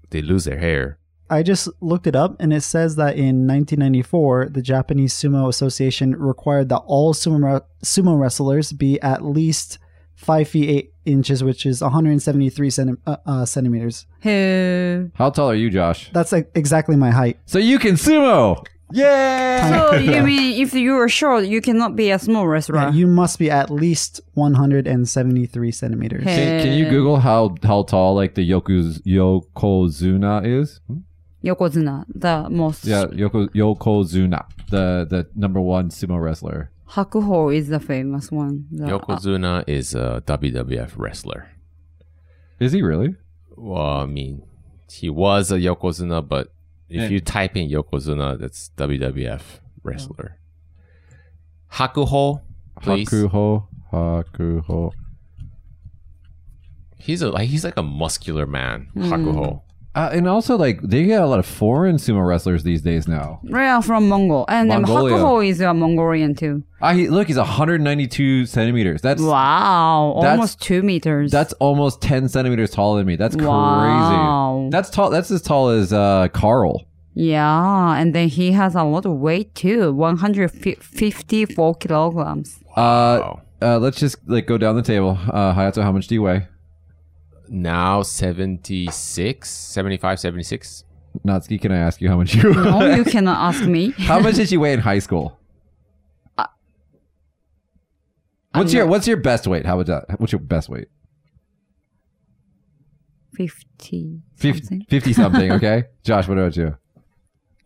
S4: they lose their hair.
S5: I just looked it up and it says that in 1994, the Japanese Sumo Association required that all sumo, re- sumo wrestlers be at least 5 feet 8 inches, which is 173 centi- uh, uh, centimeters.
S1: Who?
S2: how tall are you, Josh?
S5: That's like exactly my height.
S2: So you can sumo. Yeah.
S1: So you mean if you are short, you cannot be a small
S5: Yeah,
S1: restaurant?
S5: you must be at least 173 centimeters.
S1: Hey.
S2: Can, can you Google how how tall like the yokoz, yokozuna is?
S1: Yokozuna, the most.
S2: Yeah, yoko, yokozuna, the the number one sumo wrestler.
S1: Hakuho is the famous one. The- uh,
S4: Yokozuna is a WWF wrestler.
S2: Is he really?
S4: Well, I mean, he was a Yokozuna, but if
S2: Yeah.
S4: you type in Yokozuna, that's WWF wrestler. Hakuho, please.
S2: Hakuho, Hakuho.
S4: He's a like, he's like a muscular man. Hakuho.
S2: I Uh, and also, like they get a lot of foreign sumo wrestlers these days now.
S1: Yeah, from Mongol. And um,
S2: Mongolia.
S1: Hakuho is a Mongolian too.
S2: I look, he's 192 centimeters. That's
S1: Wow.
S2: That's-
S1: almost two meters.
S2: that's almost 10 centimeters taller than me. That's crazy.
S1: Wow.
S2: That's tall. That's as tall as uh, Carl.
S1: yeah. And then he has a lot of weight too 154 kilograms.
S2: Uh, uh, let's just like go down the table. Uh, Hayato, how much do you weigh?
S4: Now 76, 75, 76.
S2: Natsuki, can I ask you how much you?
S1: No, you cannot ask me.
S2: how much did you weigh in high school? What's your What's your best weight? How about that? What's your best weight?
S1: 50.
S2: Fif-
S1: something.
S2: Fifty something. Okay, Josh, what about you?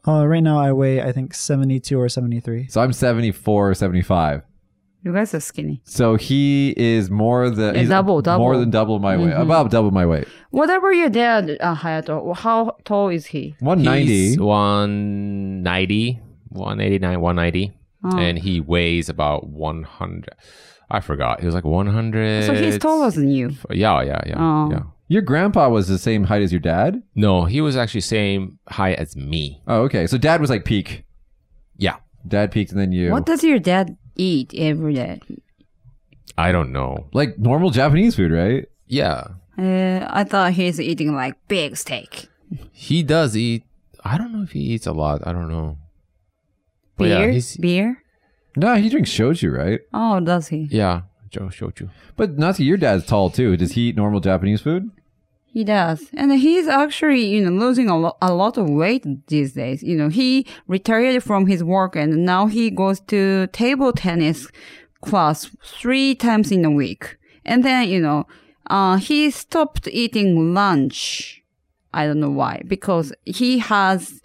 S5: Uh, right now, I weigh I think seventy two or seventy three.
S2: So I'm 74 or 75.
S1: You guys are skinny.
S2: So he is more than
S1: Yeah,
S2: he's
S1: double,
S2: more
S1: double. Mm-hmm.
S2: than double my weight. About double my weight.
S1: Whatever your dad, uh, Hayato, how tall is he?
S4: He's
S2: 190.
S4: 190, 189, 190.
S1: Oh.
S4: And he weighs about 100. I forgot. He was like 100.
S1: So he's taller than you.
S4: Yeah, yeah, yeah,
S1: Oh.
S4: yeah.
S2: Your grandpa was the same height as your dad?
S4: No, he was actually same height as me.
S2: Oh, okay. So dad was like peak.
S4: Yeah.
S2: Dad peaked and then you.
S1: What does your dad eat every day?
S4: I don't know.
S2: like normal Japanese food, right?
S4: Yeah.
S1: Uh, I thought he's eating like big steak.
S4: He does eat. I don't know if he eats a lot. I don't know. But
S1: Beer?
S4: yeah, he's,
S1: Beer?
S2: No, he drinks shoju, right?
S1: Oh, does he?
S4: yeah, Joe Shochu.
S2: But Natsu, your dad's tall too. Does he eat normal Japanese food?
S1: He does, and he's actually you know losing a, lo- a lot of weight these days. You know, he retired from his work, and now he goes to table tennis class three times in a week. And then you know, uh, he stopped eating lunch. I don't know why, because he has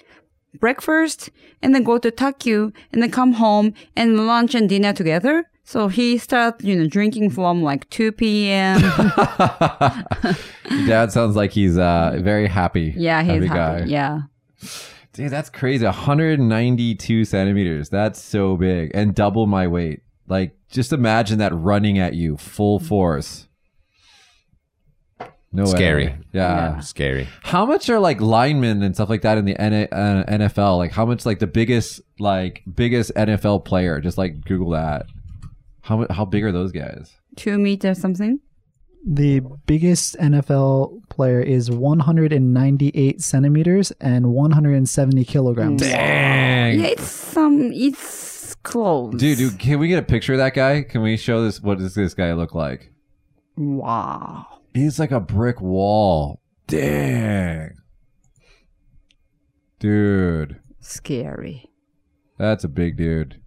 S1: breakfast and then go to Takyu and then come home and lunch and dinner together. So he started, you know, drinking from like 2 p.m.
S2: Your dad sounds like he's uh, very happy.
S1: yeah, he's happy.
S2: guy.
S1: Yeah.
S2: Dude, that's crazy. 192 centimeters. That's so big and double my weight. Like, just imagine that running at you full force. No way.
S4: Scary.
S2: Yeah.
S4: Scary.
S2: How much are like linemen and stuff like that in the N- uh, NFL? Like, how much like the biggest like biggest NFL player? Just like Google that. How mu- how big are those guys?
S1: two meter something.
S5: The biggest NFL player is one hundred and ninety eight centimeters and one hundred and seventy kilograms.
S2: Dang.
S1: Yeah, it's some. It's close.
S2: Dude, dude, can we get a picture of that guy? Can we show this? What does this guy look like?
S1: Wow.
S2: He's like a brick wall. Dang. Dude,
S1: Scary.
S2: that's a big dude.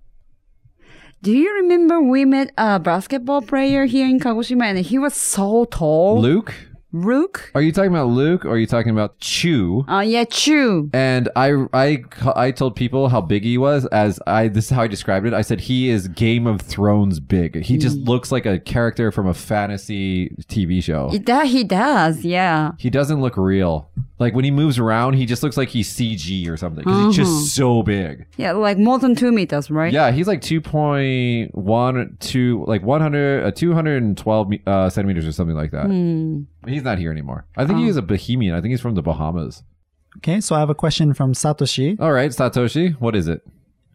S1: Do you remember we met a basketball player here in Kagoshima and he was so tall?
S2: Luke?
S1: Rook?
S2: Are you talking about Luke or are you talking about Chew?
S1: Uh, yeah, Chu.
S2: And I, I, I told people how big he was. As I, this is how I described it. I said he is Game of Thrones big. He just looks like a character from a fantasy TV show.
S1: That he does, yeah.
S2: He doesn't look real. Like when he moves around, he just looks like he's CG or something. Because he's just so big.
S1: Yeah, like more than two meters, right?
S2: Yeah, he's like 2.1, two, like 100, uh, 212 me- uh, centimeters or something like that.
S1: Hmm.
S2: He's not here anymore. I
S1: Oh.
S2: think he's a Bohemian. I think he's from the Bahamas.
S5: Okay, so I have a question from Satoshi.
S2: All right, Satoshi, what is it?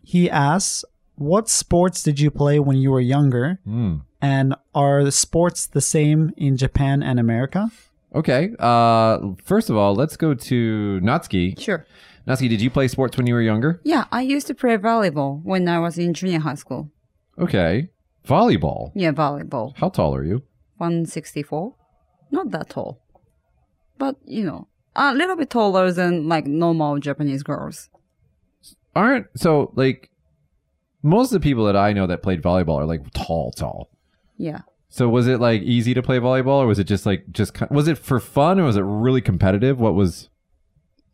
S5: He asks, "What sports did you play when you were younger,
S2: Hmm.
S5: and are the sports the same in Japan and America?"
S2: Okay. Uh, first of all, let's go to Natsuki.
S1: Sure.
S2: Natsuki, did you play sports when you were younger?
S1: Yeah, I used to play volleyball when I was in junior high school.
S2: Okay. Volleyball.
S1: Yeah, volleyball.
S2: How tall are you?
S1: 164. Not that tall. But, you know, a little bit taller than like normal Japanese girls.
S2: Aren't so like most of the people that I know that played volleyball are like tall, tall.
S1: Yeah.
S2: So was it like easy to play volleyball, or was it just like just ki- was it for fun, or was it really competitive? What was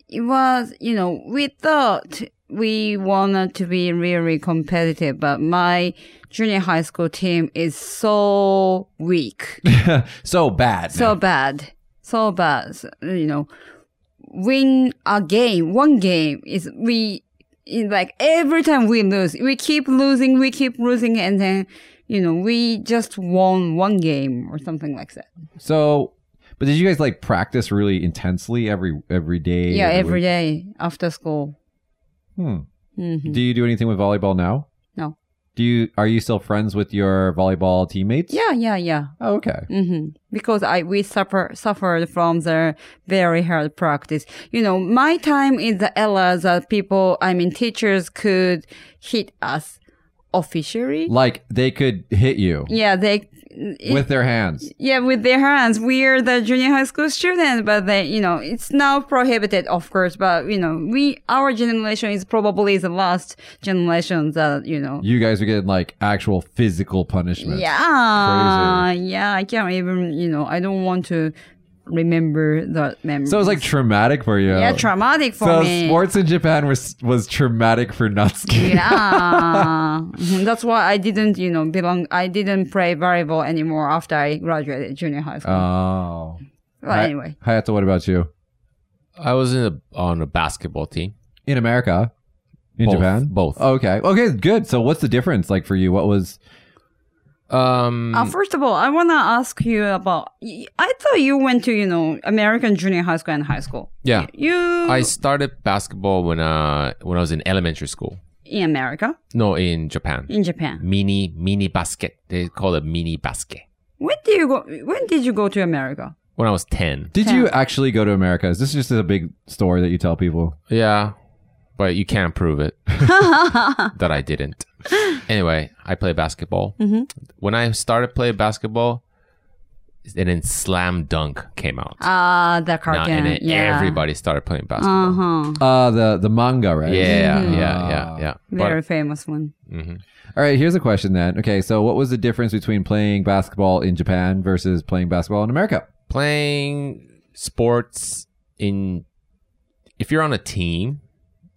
S1: it was you know we thought we wanted to be really competitive but my junior high school team is so weak
S2: so bad?
S1: so bad so bad S- you know win a game one game is we is like every time we lose we keep losing we keep losing and then you know we just won one game or something like that
S2: so But did you guys like practice really intensely every every day?
S1: Yeah, every
S2: week?
S1: day after school.
S2: Hmm.
S1: hmm
S2: Do you do anything with volleyball now?
S1: No.
S2: Do you are you still friends with your volleyball teammates?
S1: Yeah, yeah, yeah.
S2: Oh, okay.
S1: hmm Because I we suffer suffered from the very hard practice. You know, my time in the ELA that uh, people, I mean, teachers could hit us officially.
S2: Like they could hit you
S1: yeah, they
S2: with their hands.
S1: yeah with their hands. We are the junior high school students, but they, you know, it's now prohibited, of course. But you know, we our generation is probably the last generation that you know.
S2: You guys are getting like actual physical punishment.
S1: Yeah, yeah. I can't even, you know, I don't want to remember that memory.
S2: So it was like traumatic for you.
S1: yeah, traumatic for
S2: So
S1: me.
S2: sports in Japan was was traumatic for Natsuki.
S1: yeah, Mhm. that's why I didn't, you know, belong. I didn't play volleyball anymore after I graduated junior high school.
S2: Oh.
S1: well,
S2: Hi-
S1: anyway,
S2: Hayato, what about you?
S4: I was in a, on a basketball team.
S2: In America, in
S4: Both,
S2: Japan,
S4: both.
S2: Okay, okay, good. So what's the difference like for you? What was
S4: Um,
S1: uh, first of all, I wanna ask you about. y- I thought you went to, you know, American junior high school and high school.
S4: yeah,
S1: You
S4: I started basketball when uh when I was in elementary school.
S1: in America,
S4: No, in Japan.
S1: in Japan.
S4: mini mini basket. They call it mini basket.
S1: When do you go? When did you go to America?
S4: When I was ten.
S2: did you actually go to America? Is this just a big story that you tell people?
S4: Yeah, but you can't prove it
S1: Ah,
S4: that I didn't. Anyway, I play basketball.
S1: Mhm.
S4: When I started playing basketball, and then Slam Dunk came out.
S1: Ah, the
S4: Now-
S1: cartoon.
S4: and then
S1: yeah.
S4: everybody started playing basketball.
S1: Uh huh.
S2: Uh the the manga, right?
S4: Yeah,
S1: Mhm.
S4: yeah, yeah, yeah.
S1: Very famous one.
S4: But, mhm.
S2: All right, here's a question then. Okay, so what was the difference between playing basketball in Japan versus playing basketball in America?
S4: Playing sports in, if you're on a team,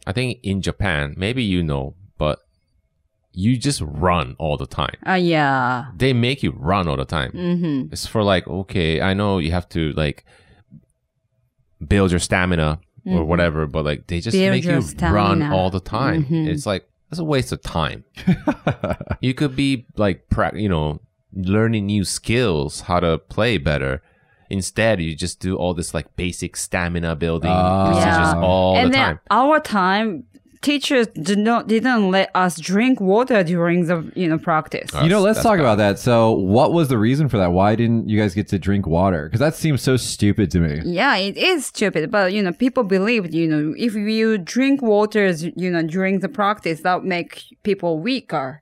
S4: I think in Japan, maybe you know, but you just run all the time.
S1: Ah, yeah.
S4: They make you run all the time.
S1: Mm-hmm.
S4: It's for like, okay, I know you have to like build your stamina or
S1: Mhm.
S4: whatever, but like they just
S1: Build
S4: make
S1: your
S4: you run
S1: stamina.
S4: all the time.
S1: Mhm.
S4: It's like that's a waste of time. you could be like, prac- you know, learning new skills, how to play better. Instead, you just do all this like basic stamina building
S2: Ah.
S4: procedures
S1: Yeah.
S4: all
S1: and
S4: the
S1: then uh,
S4: time.
S1: our time, teachers did not didn't let us drink water during the you know practice.
S4: Uh,
S2: you know, let's
S4: that's
S2: talk about that. So, what was the reason for that? Why didn't you guys get to drink water? Because that seems so stupid to me.
S1: yeah, it is stupid, but you know people believe you know if you drink waters you know during the practice that make people weaker.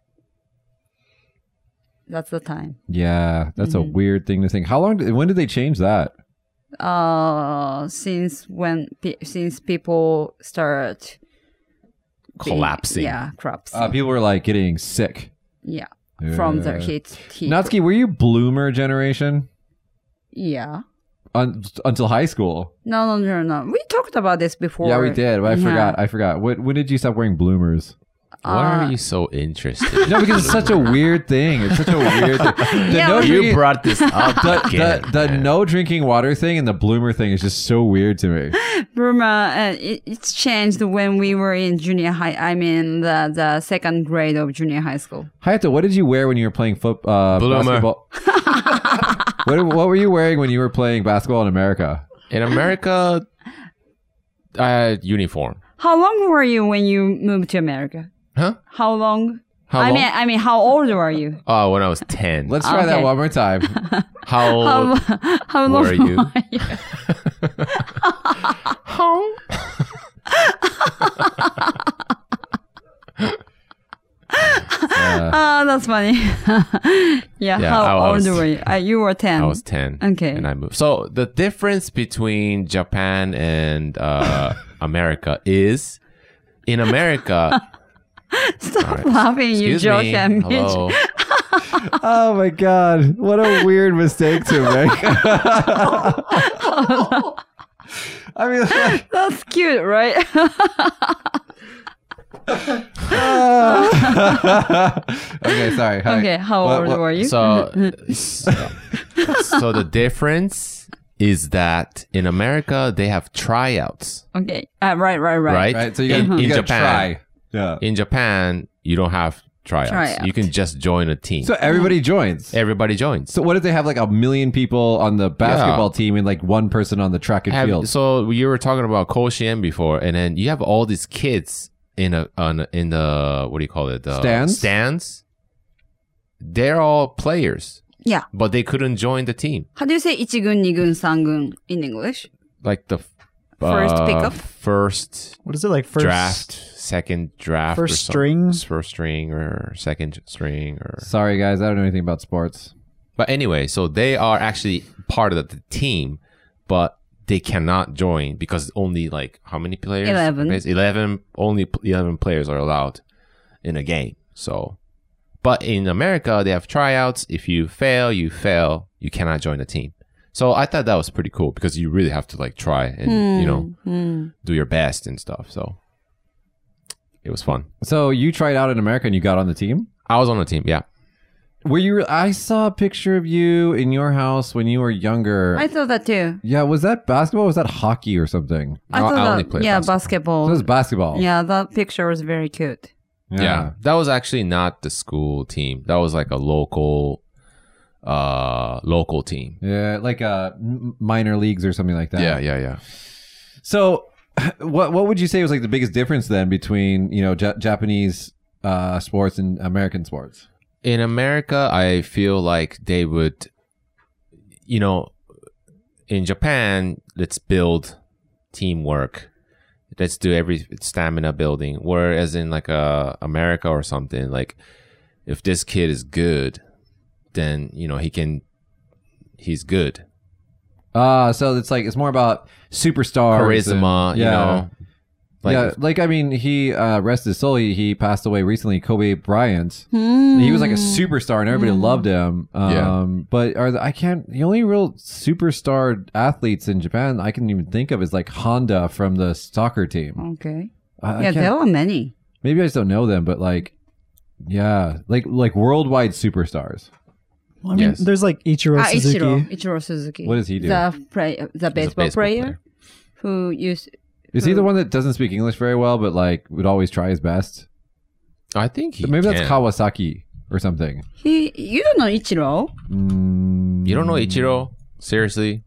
S1: That's the time.
S2: Yeah, that's
S1: Mm-hmm.
S2: a weird thing to think. How long? Did, when did they change that?
S1: Uh, since when? Pe- since people start being-
S4: Collapsing.
S1: Yeah, collapsing.
S2: Uh, people were like getting sick.
S1: yeah, from the
S2: Yeah.
S1: heat. heat.
S2: Natsuki, were you bloomer generation
S1: Yeah.
S2: Un- until high school?
S1: No, no, no, no. We talked about this before.
S2: yeah, we did. But I
S1: Yeah.
S2: forgot. I forgot. What, when did you stop wearing bloomers?
S4: Why
S1: Uh,
S4: are you so interested?
S2: No, because it's such a weird thing. It's such a weird thing. The
S1: Yeah,
S2: no
S1: we-
S4: you
S2: drinking-
S4: brought this up
S2: the,
S4: again.
S2: the, the
S4: man.
S2: no drinking water thing and the bloomer thing is just so weird to me.
S1: Burma, uh, it, it's changed when we were in junior high. I mean, the, the second grade of junior high school.
S2: Hayato, what did you wear when you were playing football? Uh,
S4: Bloomer.
S2: basketball? what, what were you wearing when you were playing basketball in America?
S4: in America, I had uniform.
S1: How long were you when you moved to America?
S4: Huh?
S1: How long?
S4: How
S1: I
S4: long?
S1: mean, I mean, how old were you?
S4: Oh, when I was 10.
S2: Let's try that
S1: Okay.
S2: one more time.
S4: how
S1: How,
S4: old
S1: how long
S4: were you?
S1: you?
S4: How?
S2: Uh,
S1: Ah, that's funny. yeah,
S4: Yeah,
S1: how
S4: I- I
S1: old
S4: was-
S1: were you? Uh, you were 10.
S4: I was 10.
S1: Okay.
S4: And I moved. So the difference between Japan and uh, America is in America.
S1: Stop laughing, you
S4: excuse
S1: Josh
S4: me.
S1: and Mitch.
S4: Hello.
S2: oh my god, what a weird mistake to make. I mean, like,
S1: That's cute, right?
S2: uh, okay, sorry. Hi.
S1: okay, how
S2: What-
S1: old
S2: what-
S1: were you?
S4: So, so, so the difference is that in America, they have tryouts,
S1: okay, uh, right, right, right.
S4: right?
S2: Right, so you got
S4: in, in
S2: you gotta
S4: Japan.
S2: try. Yeah.
S4: In Japan, you don't have tryouts.
S1: Tryout.
S4: You can just join a team.
S2: So everybody joins.
S4: Everybody joins.
S2: So what if they have like a million people on the basketball team and like one person on the track and
S4: Have-
S2: field?
S4: so you were talking about Koshien before, and then you have all these kids in a on, in the what do you call it? The
S2: Stands?
S4: Stands. They're all players,
S1: Yeah.
S4: but they couldn't join the team.
S1: How do you say 1군, 2군, 3군 in English?
S4: Like the f-
S1: First
S4: uh,
S1: pickup?
S4: first
S5: What is it like? First
S4: draft, second draft, or
S5: first
S4: something.
S5: string?
S4: first string, or second string, or
S2: Sorry guys, I don't know anything about sports.
S4: But anyway, so they are actually part of the team, but they cannot join because only like how many players?
S1: 11.
S4: Bas- Eleven. Only p- eleven players are allowed in a game. So, but in America, they have tryouts. If you fail, you fail. You cannot join the team. So I thought that was pretty cool because you really have to like try and you know
S1: Hmm,
S4: do your best and stuff. So it was fun.
S2: So you tried out in America and you got on the team.
S4: I was on the team. Yeah.
S2: Were you? re- I saw a picture of you in your house when you were younger.
S1: I thought that too.
S2: yeah, was that basketball? Or was that hockey or something?
S1: I
S4: No,
S1: thought
S4: I only
S1: that,
S4: played
S1: yeah,
S2: So
S1: basketball.
S2: it was basketball.
S1: Yeah, that picture was very cute.
S4: Yeah. that was actually not the school team. That was like a local, uh, local team.
S2: Yeah, like uh, m- minor leagues or something like that.
S4: Yeah, yeah, yeah.
S2: So, what what would you say was like the biggest difference then between you know Ja- Japanese uh, sports and American sports?
S4: In America, I feel like they would, you know, in Japan, let's build teamwork. Let's do every stamina building. Whereas in like uh, America or something, like if this kid is good, then you know he can, he's good.
S2: Uh so it's like it's more about superstars,
S4: Charisma,
S2: and-
S4: you know. Like
S2: yeah, like I mean, he uh, rest his soul. He, he passed away recently. Kobe Bryant. He was like a superstar, and everybody loved him. Um,
S4: Yeah.
S2: But are the, I can't. The only real superstar athletes in Japan I can even think of is like Honda from the soccer team.
S1: Okay.
S2: I- I
S1: yeah,
S2: can't-
S1: there were many.
S2: maybe I just don't know them, but like, yeah, like like worldwide superstars.
S5: Well, I mean,
S4: Yes.
S5: there's like Ichiro
S1: Ah,
S5: Suzuki.
S1: Ichiro, Ichiro Suzuki.
S2: What does he do?
S1: The, play, the baseball, player, who used.
S2: Is he the one that doesn't speak English very well, but like would always try his best?
S4: I think he
S2: maybe
S4: can.
S2: that's Kawasaki or something.
S1: He, you don't know Ichiro,
S2: Mm,
S4: You don't know Ichiro? Seriously?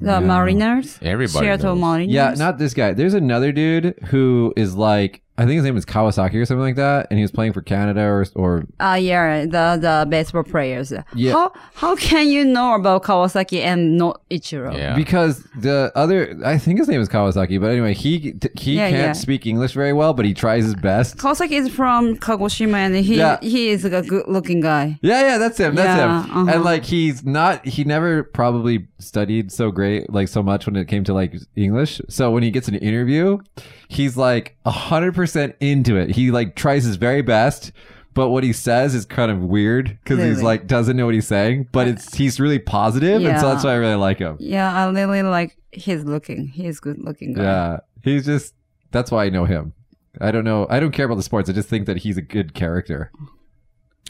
S1: the Mariners,
S4: Everybody
S1: Seattle
S4: knows.
S1: Mariners.
S2: Yeah, not this guy. There's another dude who is like, I think his name is Kawasaki or something like that, and he was playing for Canada or or
S1: Ah, yeah, the the baseball players.
S2: Yeah.
S1: How how can you know about Kawasaki and not Ichiro?
S4: Yeah.
S2: because the other, I think his name is Kawasaki, but anyway, he t- he
S1: Yeah,
S2: can't
S1: yeah.
S2: speak English very well, but he tries his best.
S1: Kawasaki is from Kagoshima, and he
S2: Yeah.
S1: he is a good looking guy.
S2: Yeah, yeah, that's him. That's
S1: Yeah,
S2: him.
S1: uh-huh.
S2: And like he's not he never probably studied so great like so much when it came to like English. So when he gets an interview, he's like 100% into it. He like tries his very best, but what he says is kind of weird cuz he's
S1: Really? Uh,
S2: like doesn't know what he's saying, but it's he's really positive and so
S1: Yeah.
S2: that's why I really like him.
S1: Yeah, I really like his looking. He is good looking guy.
S2: Yeah. He's just that's why I know him. I don't know. I don't care about the sports. I just think that he's a good character.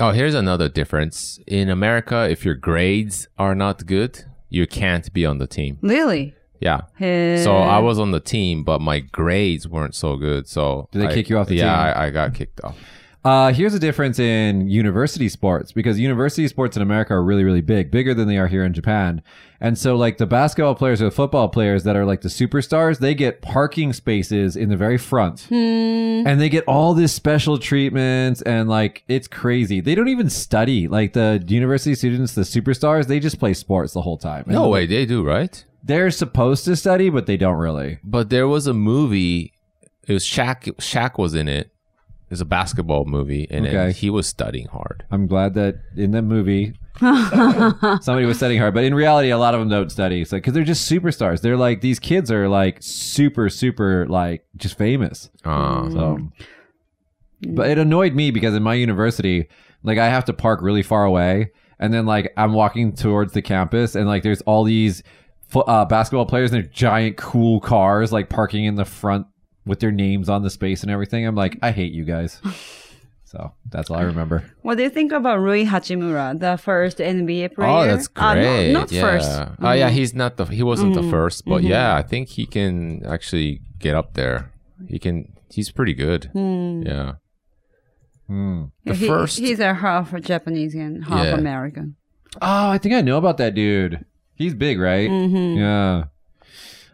S4: Oh, here's another difference. In America, if your grades are not good, you can't be on the team.
S1: Really?
S4: Yeah.
S1: He-
S4: So I was on the team, but my grades weren't so good. So
S2: Did they
S4: I-
S2: kick you off the
S4: yeah,
S2: team?
S4: I, I got kicked off.
S2: Uh, here's a difference in university sports because university sports in America are really, really big, bigger than they are here in Japan. And so, like the basketball players or the football players that are like the superstars, they get parking spaces in the very front, and they get all this special treatments, and like it's crazy. They don't even study. Like the university students, the superstars, they just play sports the whole time.
S4: No
S2: And
S4: way, they do right.
S2: they're supposed to study, but they don't really.
S4: But there was a movie. It was Shaq. Shaq was in it. It's a basketball movie, and then
S2: Okay.
S4: he was studying hard.
S2: I'm glad that in that movie somebody was studying hard, but in reality, a lot of them don't study. It's like because they're just superstars. They're like these kids are like super, super like just famous.
S4: Uh,
S2: So, but it annoyed me because in my university, like I have to park really far away, and then like I'm walking towards the campus, and like there's all these fo- uh, basketball players in their giant cool cars like parking in the front with their names on the space and everything. I'm like, I hate you guys. So that's all I remember.
S1: What do you think about Rui Hachimura, the first NBA player?
S4: Oh, that's
S1: Ah, no-
S4: great.
S1: not
S4: yeah.
S1: first. Mm. Mm-hmm.
S4: Oh, yeah, he's not the he wasn't the first, but yeah, I think he can
S1: Hmm.
S4: actually get up there. He can he's pretty good. Yeah.
S2: Mm.
S4: The
S1: He-
S4: first-
S1: He's a half Japanese and half
S4: Yeah.
S1: American.
S2: Oh, I think I know about that dude. He's big, right?
S1: Mhm.
S2: Yeah.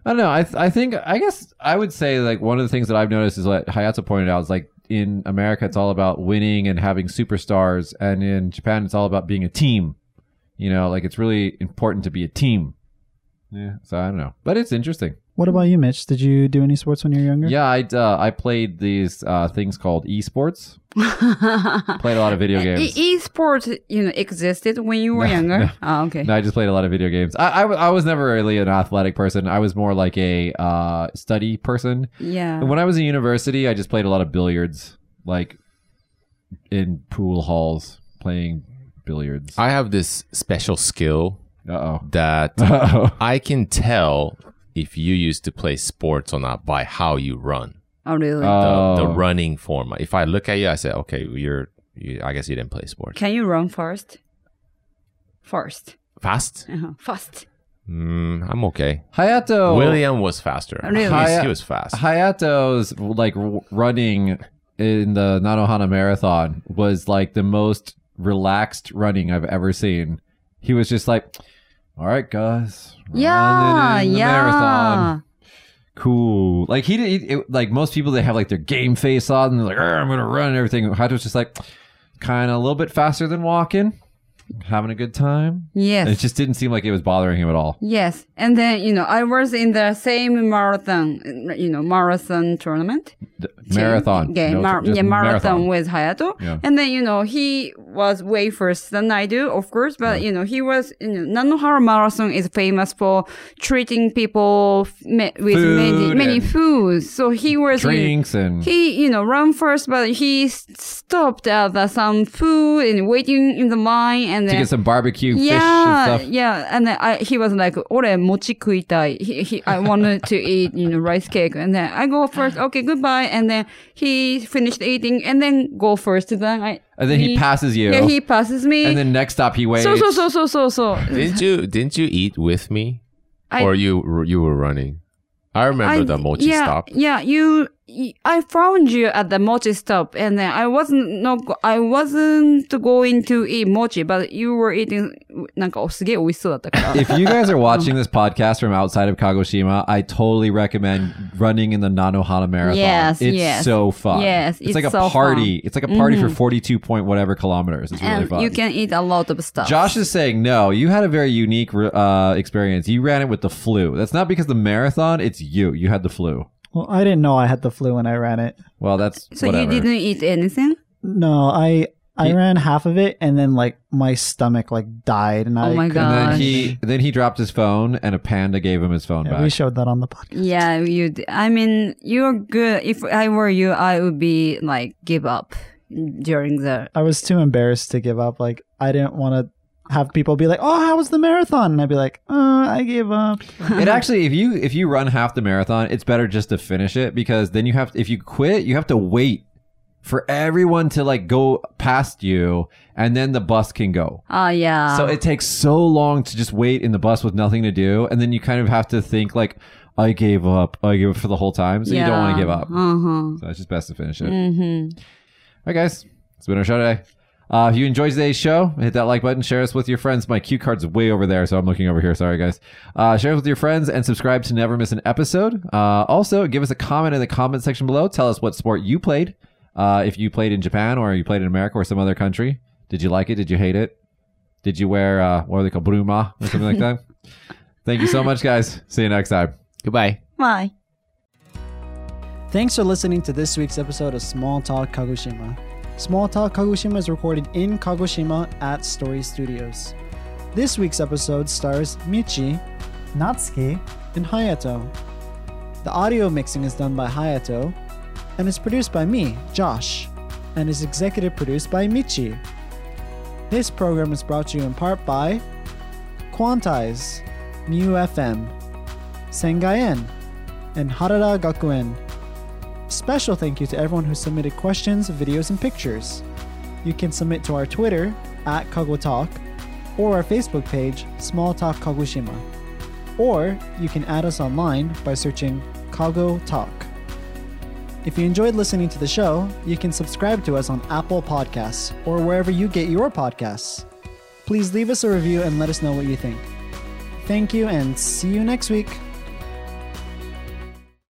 S2: I don't know. I th- I think I guess I would say like one of the things that I've noticed is what Hayato pointed out is like in America it's all about winning and having superstars, and in Japan it's all about being a team. You know, like it's really important to be a team. Yeah. So I don't know, but it's interesting.
S5: What about you, Mitch? Did you do any sports when you were younger?
S2: Yeah, I uh, I played these uh, things called esports. Played a lot of video games.
S1: E- esports, you know, existed when you were younger. Oh, okay.
S2: No, I just played a lot of video games. I, I, w- I was never really an athletic person. I was more like a uh, study person.
S1: Yeah.
S2: And when I was in university, I just played a lot of billiards, like in pool halls playing billiards. Uh
S4: I have this special skill
S2: oh.
S4: that
S2: Uh
S4: I can tell if you used to play sports or not by how you run.
S1: Oh, really?
S4: The,
S2: oh.
S4: the running form. If I look at you, I say, okay, you're. You, I guess you didn't play sports.
S1: Can you run first? First.
S4: Fast?
S1: Uh-huh. Fast.
S4: Mm, I'm okay.
S2: Hayato.
S4: William was faster.
S1: Oh. Really?
S4: He was-
S2: Hi-
S4: he was fast.
S2: Hayato's like r- running in the Nanohana marathon was like the most relaxed running I've ever seen. He was just like, "All right, guys, we're
S1: Yeah.
S2: running in the
S1: Yeah.
S2: marathon, cool." Like he did, it, like most people, they have like their game face on, and they're like, "Arr, "I'm gonna run," and everything. Hayato's just like, kind of a little bit faster than walking, having a good time.
S1: Yes.
S2: And It just didn't seem like it was bothering him at all.
S1: Yes, and then you know I was in the same marathon, you know, marathon tournament,
S2: The- marathon,
S1: yeah,
S2: No,
S1: mar-
S2: just
S1: yeah, marathon, with Hayato,
S2: Yeah.
S1: and then you know he was way first than I do, of course, but you know he was. You know, Nanohara Marathon is famous for treating people f- ma- with many
S2: Food
S1: many
S2: and
S1: foods, so he was you know,
S2: drinks and
S1: he, you know, run first, but he s- stopped at uh, some food and waiting in the line, and
S2: to
S1: then
S2: get some barbecue
S1: yeah,
S2: fish and stuff.
S1: yeah, and then I, he was like, "Ore mochi kuitai." He, he, I wanted to eat, you know, rice cake, and then I go first. Okay, goodbye, and then he finished eating, and then go first. Then I,
S2: And then he passes you.
S1: Yeah, he passes me.
S2: And then next stop he waits.
S1: so so so so so so.
S4: didn't you didn't you eat with me
S1: I-
S4: or you you were running i remember
S1: I-
S4: the mochi
S1: yeah,
S4: stop
S1: Yeah, you. y- I found you at the mochi stop, and then I wasn't no, go- I wasn't going to eat mochi, but you were eating. なんかすげえ美味しそうだったから。
S2: if you guys are watching this podcast from outside of Kagoshima, I totally recommend running in the Nanohana Marathon.
S1: Yes,
S2: it's
S1: yes.
S2: so fun.
S1: Yes,
S2: it's,
S1: it's
S2: like a
S1: so Mm-hmm.
S2: party. It's like a party for forty-two point whatever kilometers. It's really
S1: and
S2: fun.
S1: you can eat a lot of stuff.
S2: Josh is saying no. You had a very unique uh, experience. You ran it with the flu. That's not because the marathon. It's you. You had the flu.
S5: Well, I didn't know I had the flu when I ran it.
S2: Well, that's
S1: So
S2: whatever.
S1: you didn't eat anything?
S5: No, I I
S2: He-
S5: ran half of it and then like my stomach like died and I
S1: Oh my
S5: couldn't-
S1: God.
S2: And then he then he dropped his phone, and a panda gave him his phone
S5: Yeah,
S2: back.
S5: we showed that on the podcast.
S1: Yeah, you. d I I mean, you're good. If I were you, I would be like give up during the.
S5: I was too embarrassed to give up. Like I didn't want to have people be like, "Oh, how was the marathon?" and I'd be like, "Uh, I gave up."
S2: it actually if you if you run half the marathon it's better just to finish it because then you have if you quit you have to wait for everyone to like go past you and then the bus can go
S1: Ah, yeah.
S2: so it takes so long to just wait in the bus with nothing to do and then you kind of have to think like i gave up i gave up for the whole time so you don't want to give up
S1: Uh huh.
S2: so it's just best to finish it
S1: Mm-hmm.
S2: all right guys it's been our show today uh, if you enjoyed today's show, hit that like button, share us with your friends. My cue card's way over there, so I'm looking over here. Sorry, guys. Uh, share us with your friends and subscribe to never miss an episode. Uh, also, give us a comment in the comment section below. Tell us what sport you played. Uh, if you played in Japan or you played in America or some other country, did you like it? Did you hate it? Did you wear, uh, what are they called, bruma or something like that? Thank you so much, guys. See you next time.
S4: goodbye
S1: Why?
S5: Thanks for listening to this week's episode of Small Talk Kagoshima. Small Talk Kagoshima is recorded in Kagoshima at Story Studios. This week's episode stars Michi, Natsuki, and Hayato. The audio mixing is done by Hayato and is produced by me, Josh, and is executive produced by Michi. This program is brought to you in part by Quantize, Mu FM, Sengayen, and Harada Gakuen. Special thank you to everyone who submitted questions, videos, and pictures. You can submit to our Twitter at Kagotalk or our Facebook page, Small Talk Kagoshima. Or you can add us online by searching Kago Talk. If you enjoyed listening to the show, you can subscribe to us on Apple Podcasts or wherever you get your podcasts. Please leave us a review and let us know what you think. Thank you and see you next week.